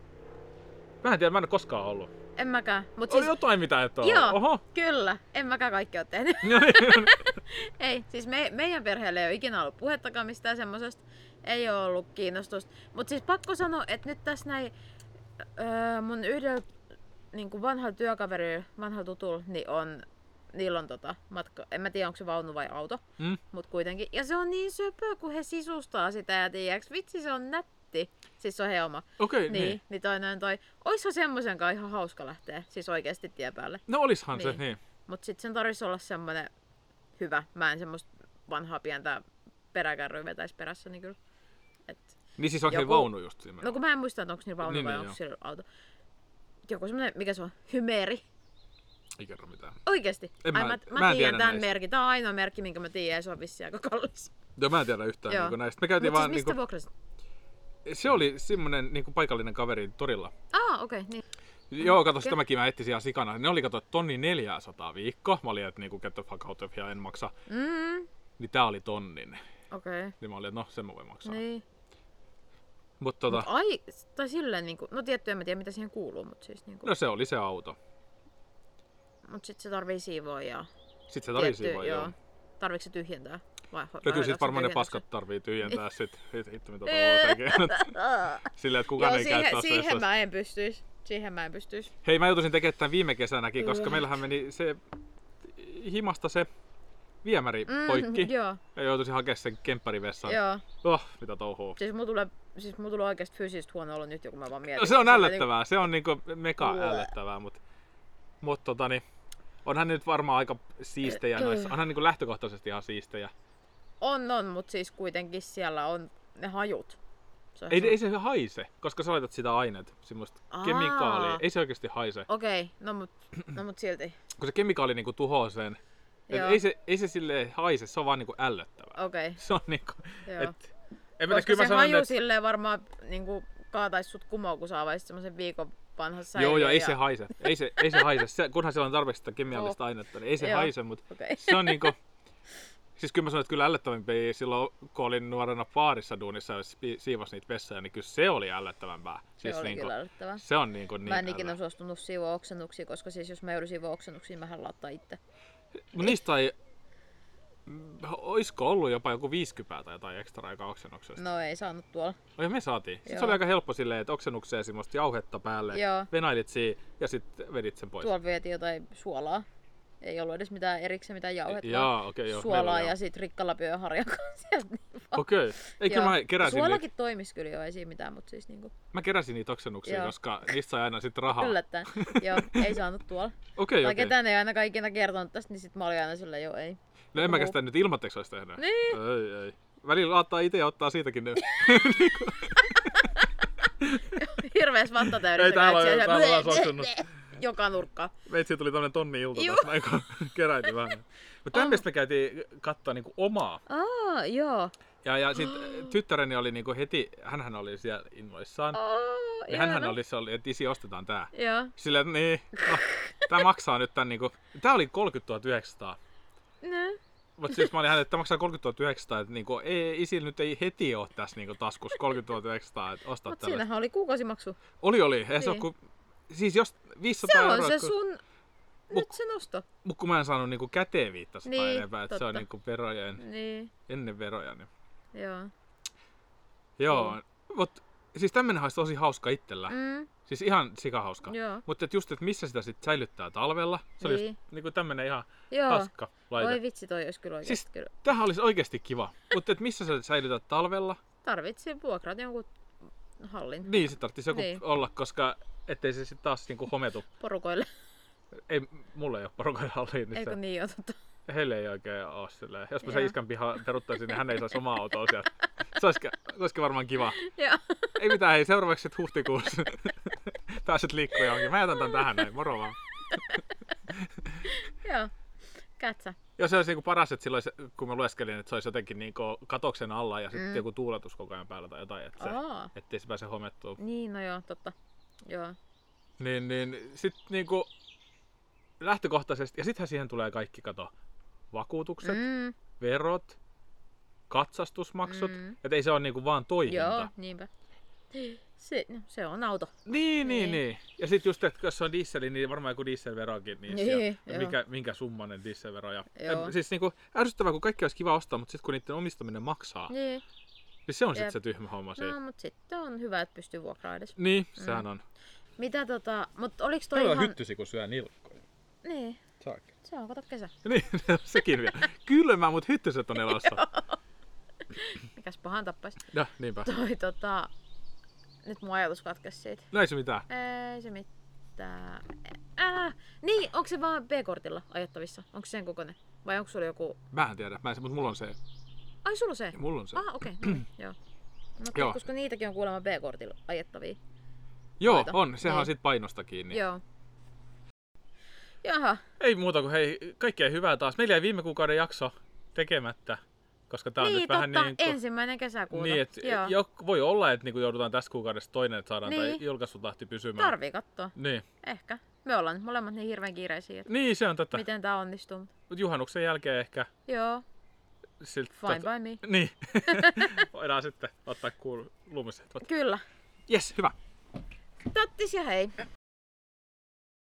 [SPEAKER 1] Mä en tiedä, mä en ole koskaan ollut.
[SPEAKER 2] En mäkään. Mut
[SPEAKER 1] Siis...
[SPEAKER 2] siis,
[SPEAKER 1] On jotain mitä et ole.
[SPEAKER 2] Joo.
[SPEAKER 1] Oho.
[SPEAKER 2] kyllä, en mäkään kaikki ole tehnyt.
[SPEAKER 1] No niin.
[SPEAKER 2] ei, siis me, meidän perheelle ei ole ikinä ollut puhettakaan mistään semmosesta. Ei ole ollut kiinnostusta. Mutta siis pakko sanoa, että nyt tässä näin öö, mun yhdellä niin kuin vanhalla työkaverilla, vanhalla tutulla, niin on, niillä on tota, matka, en mä tiedä onko se vaunu vai auto,
[SPEAKER 1] mm.
[SPEAKER 2] mut kuitenkin. Ja se on niin söpö, kun he sisustaa sitä ja tiiäks, vitsi se on nätti. Siis se on heoma.
[SPEAKER 1] Okei, okay,
[SPEAKER 2] Niin,
[SPEAKER 1] niin.
[SPEAKER 2] niin.
[SPEAKER 1] niin.
[SPEAKER 2] niin toi noin toi. Oisko semmosen kanssa ihan hauska lähteä, siis oikeesti tien päälle.
[SPEAKER 1] No olishan niin. se,
[SPEAKER 2] Niin.
[SPEAKER 1] niin.
[SPEAKER 2] Mut sit sen tarvitsisi olla semmonen hyvä. Mä en semmoista vanhaa pientä peräkärryä vetäis perässä, niin kyllä. Et,
[SPEAKER 1] Niin siis onko Joku...
[SPEAKER 2] Joku-
[SPEAKER 1] vaunu just siinä?
[SPEAKER 2] no kun mä en muista, että onko niillä vaunu
[SPEAKER 1] Niin,
[SPEAKER 2] niin, vai
[SPEAKER 1] niin,
[SPEAKER 2] onko
[SPEAKER 1] joo.
[SPEAKER 2] sillä auto. Joku semmonen, mikä se on, hymeeri.
[SPEAKER 1] Ei kerro mitään.
[SPEAKER 2] Oikeesti.
[SPEAKER 1] En
[SPEAKER 2] Ai,
[SPEAKER 1] mä-
[SPEAKER 2] mä,
[SPEAKER 1] mä
[SPEAKER 2] mä,
[SPEAKER 1] en tiedä
[SPEAKER 2] tiedän tämän
[SPEAKER 1] näistä.
[SPEAKER 2] merkin. Tää on ainoa merkki, minkä mä tiedän, ja se on vissiin aika kallis.
[SPEAKER 1] Joo, mä en tiedä yhtään
[SPEAKER 2] Joo.
[SPEAKER 1] niinku näistä. Me käytiin
[SPEAKER 2] Mut siis
[SPEAKER 1] vaan,
[SPEAKER 2] mistä
[SPEAKER 1] niinku,
[SPEAKER 2] niinku... vuokrasit?
[SPEAKER 1] se oli semmonen niinku paikallinen kaveri torilla.
[SPEAKER 2] Aa, okei, okay, niin.
[SPEAKER 1] Joo, kato, sitä
[SPEAKER 2] Okei.
[SPEAKER 1] mäkin mä etsin ihan sikana. Ne oli kato, että tonni 400 viikko. Mä olin, että niinku get the fuck out of here, en maksa.
[SPEAKER 2] Mm,
[SPEAKER 1] Niin tää oli tonnin.
[SPEAKER 2] okei. Okay.
[SPEAKER 1] Niin mä olin, että no, sen mä voin maksaa. Niin.
[SPEAKER 2] Niin.
[SPEAKER 1] Mut tota,
[SPEAKER 2] Mut ai, tai silleen niinku, no tietty en mä tiedä mitä siihen kuuluu, mut siis niinku,
[SPEAKER 1] no se oli se auto.
[SPEAKER 2] mut sit se tarvii siivoa ja
[SPEAKER 1] Sit se tarvisi
[SPEAKER 2] tietty,
[SPEAKER 1] vaan, joo.
[SPEAKER 2] Tarviiko se tyhjentää? Vai, vai
[SPEAKER 1] No kyllä
[SPEAKER 2] hoidaanko
[SPEAKER 1] sit
[SPEAKER 2] se
[SPEAKER 1] varmaan ne
[SPEAKER 2] tyhjentämässä?
[SPEAKER 1] paskat tarvii tyhjentää sit. Hit- Hitto mitä
[SPEAKER 2] Ee.
[SPEAKER 1] tuolla
[SPEAKER 2] Aa.
[SPEAKER 1] Silleen, että kukaan
[SPEAKER 2] Joo,
[SPEAKER 1] ei käy
[SPEAKER 2] siihen,
[SPEAKER 1] taas
[SPEAKER 2] siihen
[SPEAKER 1] vessassa.
[SPEAKER 2] mä en pystyis. Siihen mä en pystyis.
[SPEAKER 1] Hei, mä joutuisin tekemään tämän viime kesänäkin, koska
[SPEAKER 2] Joo.
[SPEAKER 1] meillähän meni se himasta se viemäri
[SPEAKER 2] Mm,
[SPEAKER 1] poikki.
[SPEAKER 2] Joo,
[SPEAKER 1] Ja joutuisin hakemaan sen kemppärivessaan.
[SPEAKER 2] joo.
[SPEAKER 1] Oh, mitä touhuu.
[SPEAKER 2] Siis mulla tulee, siis mulla tulee oikeesti fyysisesti huono olo nyt, kun mä vaan mietin.
[SPEAKER 1] No se on
[SPEAKER 2] Silleen
[SPEAKER 1] ällöttävää, se on niinku meka
[SPEAKER 2] Bleh.
[SPEAKER 1] ällöttävää, mut Mutta tota, niin, onhan ne nyt varmaan aika siistejä noissa. Onhan niin lähtökohtaisesti ihan siistejä.
[SPEAKER 2] On, on, mutta siis kuitenkin siellä on ne hajut. Se on
[SPEAKER 1] Ei,
[SPEAKER 2] sun-
[SPEAKER 1] ei se haise, koska sä laitat sitä aineet, semmoista
[SPEAKER 2] Aa.
[SPEAKER 1] kemikaalia. Ei se oikeasti haise.
[SPEAKER 2] Okei, okay, no mut, no mut silti.
[SPEAKER 1] Kun se kemikaali niinku tuhoaa sen. Et
[SPEAKER 2] Joo.
[SPEAKER 1] ei, se, ei se silleen haise, se on vaan niinku ällöttävää.
[SPEAKER 2] Okei, okay,
[SPEAKER 1] Se on niinku,
[SPEAKER 2] joo.
[SPEAKER 1] et, en mä tiedä,
[SPEAKER 2] Koska
[SPEAKER 1] kyllä
[SPEAKER 2] se
[SPEAKER 1] mä sanon,
[SPEAKER 2] haju
[SPEAKER 1] että...
[SPEAKER 2] silleen varmaan niinku kaatais sut kumoon, kun sä avaisit semmosen viikon vanhan säiliön.
[SPEAKER 1] Joo, joo, ei
[SPEAKER 2] ja-
[SPEAKER 1] se haise. Ei se, ei se haise. Se, kunhan siellä on tarpeeksi sitä kemiallista ainetta, niin ei se
[SPEAKER 2] Oh. Joo.
[SPEAKER 1] haise, mutta
[SPEAKER 2] Okei.
[SPEAKER 1] se on niinku... Siis kyllä mä sanoin, että kyllä ällöttävämpi silloin, kun olin nuorena baarissa duunissa ja spi- siivas niitä vessoja, niin kyllä se oli ällöttävämpää. Siis
[SPEAKER 2] se oli
[SPEAKER 1] niinku,
[SPEAKER 2] kyllä älyttävää.
[SPEAKER 1] Se on niinku niin
[SPEAKER 2] Mä en ikinä
[SPEAKER 1] ällö-
[SPEAKER 2] suostunut siivoa oksennuksiin, koska siis jos mä joudun siivoa oksennuksiin, mä laittaa itse.
[SPEAKER 1] Mut niistä ei... Mm, Oisko ollut jopa joku 50 tai jotain ekstra aika oksennuksesta?
[SPEAKER 2] No ei saanut tuolla.
[SPEAKER 1] Oi, me saatiin. Sitten se
[SPEAKER 2] Joo.
[SPEAKER 1] oli aika helppo silleen, että oksennukseen semmoista jauhetta päälle,
[SPEAKER 2] Joo.
[SPEAKER 1] venailit siihen ja sitten vedit sen pois.
[SPEAKER 2] Tuolla vietiin jotain suolaa. Ei ollut edes mitään erikseen mitään jauhetta, vaan
[SPEAKER 1] Jaa, okei, joo. meillä
[SPEAKER 2] suolaa
[SPEAKER 1] oli
[SPEAKER 2] ja
[SPEAKER 1] joo.
[SPEAKER 2] sitten rikkalapioja harjakaan sieltä. Niin vaan.
[SPEAKER 1] Okei. Ei, kyllä
[SPEAKER 2] Joo.
[SPEAKER 1] mä keräsin, niitä,
[SPEAKER 2] Suolakin toimis kyllä jo, ei siinä mitään, mutta siis niinku
[SPEAKER 1] mä keräsin niitä oksennuksia,
[SPEAKER 2] Joo.
[SPEAKER 1] koska niistä sai aina sitten rahaa.
[SPEAKER 2] yllättäen. Joo, ei saanut tuolla.
[SPEAKER 1] Okei,
[SPEAKER 2] Tai
[SPEAKER 1] okei.
[SPEAKER 2] ketään ei ainakaan ikinä kertonut tästä, niin sit mä olin aina sillä joo ei.
[SPEAKER 1] No en mä
[SPEAKER 2] Uhu.
[SPEAKER 1] sitä nyt ilmatteeksi olisi tehnyt.
[SPEAKER 2] Niin.
[SPEAKER 1] Ei, ei. Välillä laittaa itse ja ottaa siitäkin nyt.
[SPEAKER 2] Hirvees vattatäydessä.
[SPEAKER 1] Ei, täällä on-
[SPEAKER 2] käyt siellä-
[SPEAKER 1] täällä on oksennus.
[SPEAKER 2] Joka nurkka.
[SPEAKER 1] Meitsi tuli tämmönen tonni ilta
[SPEAKER 2] Juu. Oh.
[SPEAKER 1] tässä, näin kun keräilin vähän. Mutta tämmöistä me käytiin katsoa niinku omaa.
[SPEAKER 2] Aa, joo.
[SPEAKER 1] Ja, ja sit
[SPEAKER 2] Oh.
[SPEAKER 1] tyttäreni oli niinku heti, hänhän oli siellä innoissaan.
[SPEAKER 2] Aa,
[SPEAKER 1] Ja Niin,
[SPEAKER 2] no.
[SPEAKER 1] hänhän oli, se oli, että isi ostetaan tää.
[SPEAKER 2] Joo.
[SPEAKER 1] Sillä että niin, no, tää maksaa nyt tän niinku, tää oli 30 900.
[SPEAKER 2] No.
[SPEAKER 1] Mutta siis mä olin hänelle, että tämä maksaa 30 900, että niinku, ei, isillä nyt ei heti ole tässä niinku taskussa 30 900, että ostaa
[SPEAKER 2] Mut
[SPEAKER 1] tällaista.
[SPEAKER 2] siinähän oli kuukausimaksu.
[SPEAKER 1] Oli, oli. Ei se on,
[SPEAKER 2] Niin.
[SPEAKER 1] kun, siis jos 500
[SPEAKER 2] Se on
[SPEAKER 1] euroa,
[SPEAKER 2] se
[SPEAKER 1] kun,
[SPEAKER 2] sun... Nyt se nosto.
[SPEAKER 1] mut kun mä en saanut niinku käteen 500 niin,
[SPEAKER 2] Niin,
[SPEAKER 1] enempää, että se on
[SPEAKER 2] totta.
[SPEAKER 1] niinku verojen,
[SPEAKER 2] Niin,
[SPEAKER 1] ennen veroja. Niin.
[SPEAKER 2] joo.
[SPEAKER 1] Joo, mut siis tämmönen olisi tosi hauska itsellä. Mm.
[SPEAKER 2] Niin. Mm,
[SPEAKER 1] Siis ihan sikahauska.
[SPEAKER 2] joo.
[SPEAKER 1] Mutta just, että missä sitä sit säilyttää talvella, se oli just
[SPEAKER 2] Niin.
[SPEAKER 1] niinku tämmönen ihan
[SPEAKER 2] Joo.
[SPEAKER 1] hauska
[SPEAKER 2] Oi
[SPEAKER 1] laite.
[SPEAKER 2] vitsi, toi olisi kyllä oikeasti
[SPEAKER 1] Siis-
[SPEAKER 2] siis... kyllä.
[SPEAKER 1] Tämähän olisi oikeasti kiva. Mutta että missä sä säilytät talvella,
[SPEAKER 2] Tarvitsin vuokrat jonkun hallin
[SPEAKER 1] niin se tarvitsisi joku
[SPEAKER 2] Niin.
[SPEAKER 1] olla, koska ettei se sit taas niinku hometu.
[SPEAKER 2] porukoille.
[SPEAKER 1] Ei, mulla ei ole porukan halliin, niin
[SPEAKER 2] Eikö
[SPEAKER 1] se-
[SPEAKER 2] niin oo totta?
[SPEAKER 1] Heille ei oikein ole silleen. Jos mä sen
[SPEAKER 2] Joo.
[SPEAKER 1] iskän pihaa peruttaisin, niin hän ei saisi omaa autoa sieltä. Se olisikin, se olisikin varmaan kiva.
[SPEAKER 2] Joo.
[SPEAKER 1] Ei mitään, hei seuraavaksi sitten huhtikuussa pääset liikkumaan johonkin. Mä jätän tän tähän näin, moro vaan.
[SPEAKER 2] Joo. Kätsä.
[SPEAKER 1] Jos se olisi niinku paras, että silloin, se- kun mä lueskelin, että se olisi jotenkin niinku katoksen alla ja sitten
[SPEAKER 2] Mm.
[SPEAKER 1] joku tuuletus koko ajan päällä tai jotain, että se,
[SPEAKER 2] Aa.
[SPEAKER 1] ettei se pääse homettua.
[SPEAKER 2] Niin, no joo, totta. Joo.
[SPEAKER 1] Niin, niin sit niinku lähtökohtaisesti, ja sittenhän siihen tulee kaikki kato. Vakuutukset, mm.
[SPEAKER 2] Mm,
[SPEAKER 1] verot, katsastusmaksut, mm.
[SPEAKER 2] Mm.
[SPEAKER 1] että ei se ole niinku vaan toihinta.
[SPEAKER 2] joo, niinpä. Se, no, se on auto.
[SPEAKER 1] Niin, niin,
[SPEAKER 2] Niin.
[SPEAKER 1] niin. Ja sitten just, että jos se on dieseli, niin varmaan joku dieselverokin. Niin,
[SPEAKER 2] Niin,
[SPEAKER 1] siellä,
[SPEAKER 2] joo.
[SPEAKER 1] mikä, minkä summanen dieselvero. Ja,
[SPEAKER 2] Joo.
[SPEAKER 1] ja siis niinku, ärsyttävää, kun kaikki olisi kiva ostaa, mutta sitten kun niiden omistaminen maksaa, niin,
[SPEAKER 2] Niin.
[SPEAKER 1] niin se on sitten
[SPEAKER 2] Jep.
[SPEAKER 1] se tyhmä homma siinä.
[SPEAKER 2] No, mut sitten on hyvä, että pystyy vuokraa edes.
[SPEAKER 1] Niin, sehän on.
[SPEAKER 2] Mitä tota, mut oliks toi
[SPEAKER 1] Toi on
[SPEAKER 2] ihan...
[SPEAKER 1] hyttysi, kun syö nilkkoja.
[SPEAKER 2] Niin,
[SPEAKER 1] Saakka.
[SPEAKER 2] se on, kato kesä.
[SPEAKER 1] Niin, sekin vielä. Kylmä, mutta hyttyset on elossa.
[SPEAKER 2] Mikäs pahan tappais.
[SPEAKER 1] Ja, niinpä.
[SPEAKER 2] Toi tota... Nyt mun ajatus katkesi siitä.
[SPEAKER 1] No ei se mitään.
[SPEAKER 2] Ei se mitään. Ää, niin, onko se vaan B-kortilla ajettavissa? Onko sen kokoinen? Vai onko sulla joku...
[SPEAKER 1] Mä en tiedä, mä en, mutta mulla on se.
[SPEAKER 2] Ai, sulla on se?
[SPEAKER 1] Ja mulla on se.
[SPEAKER 2] Ah, okei. Okay, joo. No,
[SPEAKER 1] Joo. Niin.
[SPEAKER 2] joo. koska niitäkin on kuulemma B-kortilla ajettavia.
[SPEAKER 1] Joo,
[SPEAKER 2] noita.
[SPEAKER 1] on. Sehän on
[SPEAKER 2] Niin.
[SPEAKER 1] sit painosta kiinni.
[SPEAKER 2] Niin. Joo. Jaha,
[SPEAKER 1] Ei muuta kuin hei, kaikkea hyvää taas. Meillä jäi viime kuukauden jakso tekemättä, koska tää on
[SPEAKER 2] niin
[SPEAKER 1] nyt
[SPEAKER 2] totta,
[SPEAKER 1] vähän niin kuin...
[SPEAKER 2] ensimmäinen kesäkuuta.
[SPEAKER 1] Niin, et,
[SPEAKER 2] joo.
[SPEAKER 1] jo, voi olla, että niinku joudutaan tässä kuukaudessa toinen, että saadaan niin.
[SPEAKER 2] Niin.
[SPEAKER 1] tai julkaisutahti pysymään.
[SPEAKER 2] Tarvii katsoa,
[SPEAKER 1] niin.
[SPEAKER 2] ehkä. Me ollaan nyt molemmat niin hirveän kiireisiä, että
[SPEAKER 1] niin, se on tätä.
[SPEAKER 2] miten tää onnistuu. mut
[SPEAKER 1] Mut Juhannuksen jälkeen ehkä
[SPEAKER 2] Joo,
[SPEAKER 1] siltä...
[SPEAKER 2] fine by me.
[SPEAKER 1] Niin. Voidaan sitten ottaa kuulumiset.
[SPEAKER 2] Kyllä.
[SPEAKER 1] Jes, hyvä.
[SPEAKER 2] Tattis ja hei.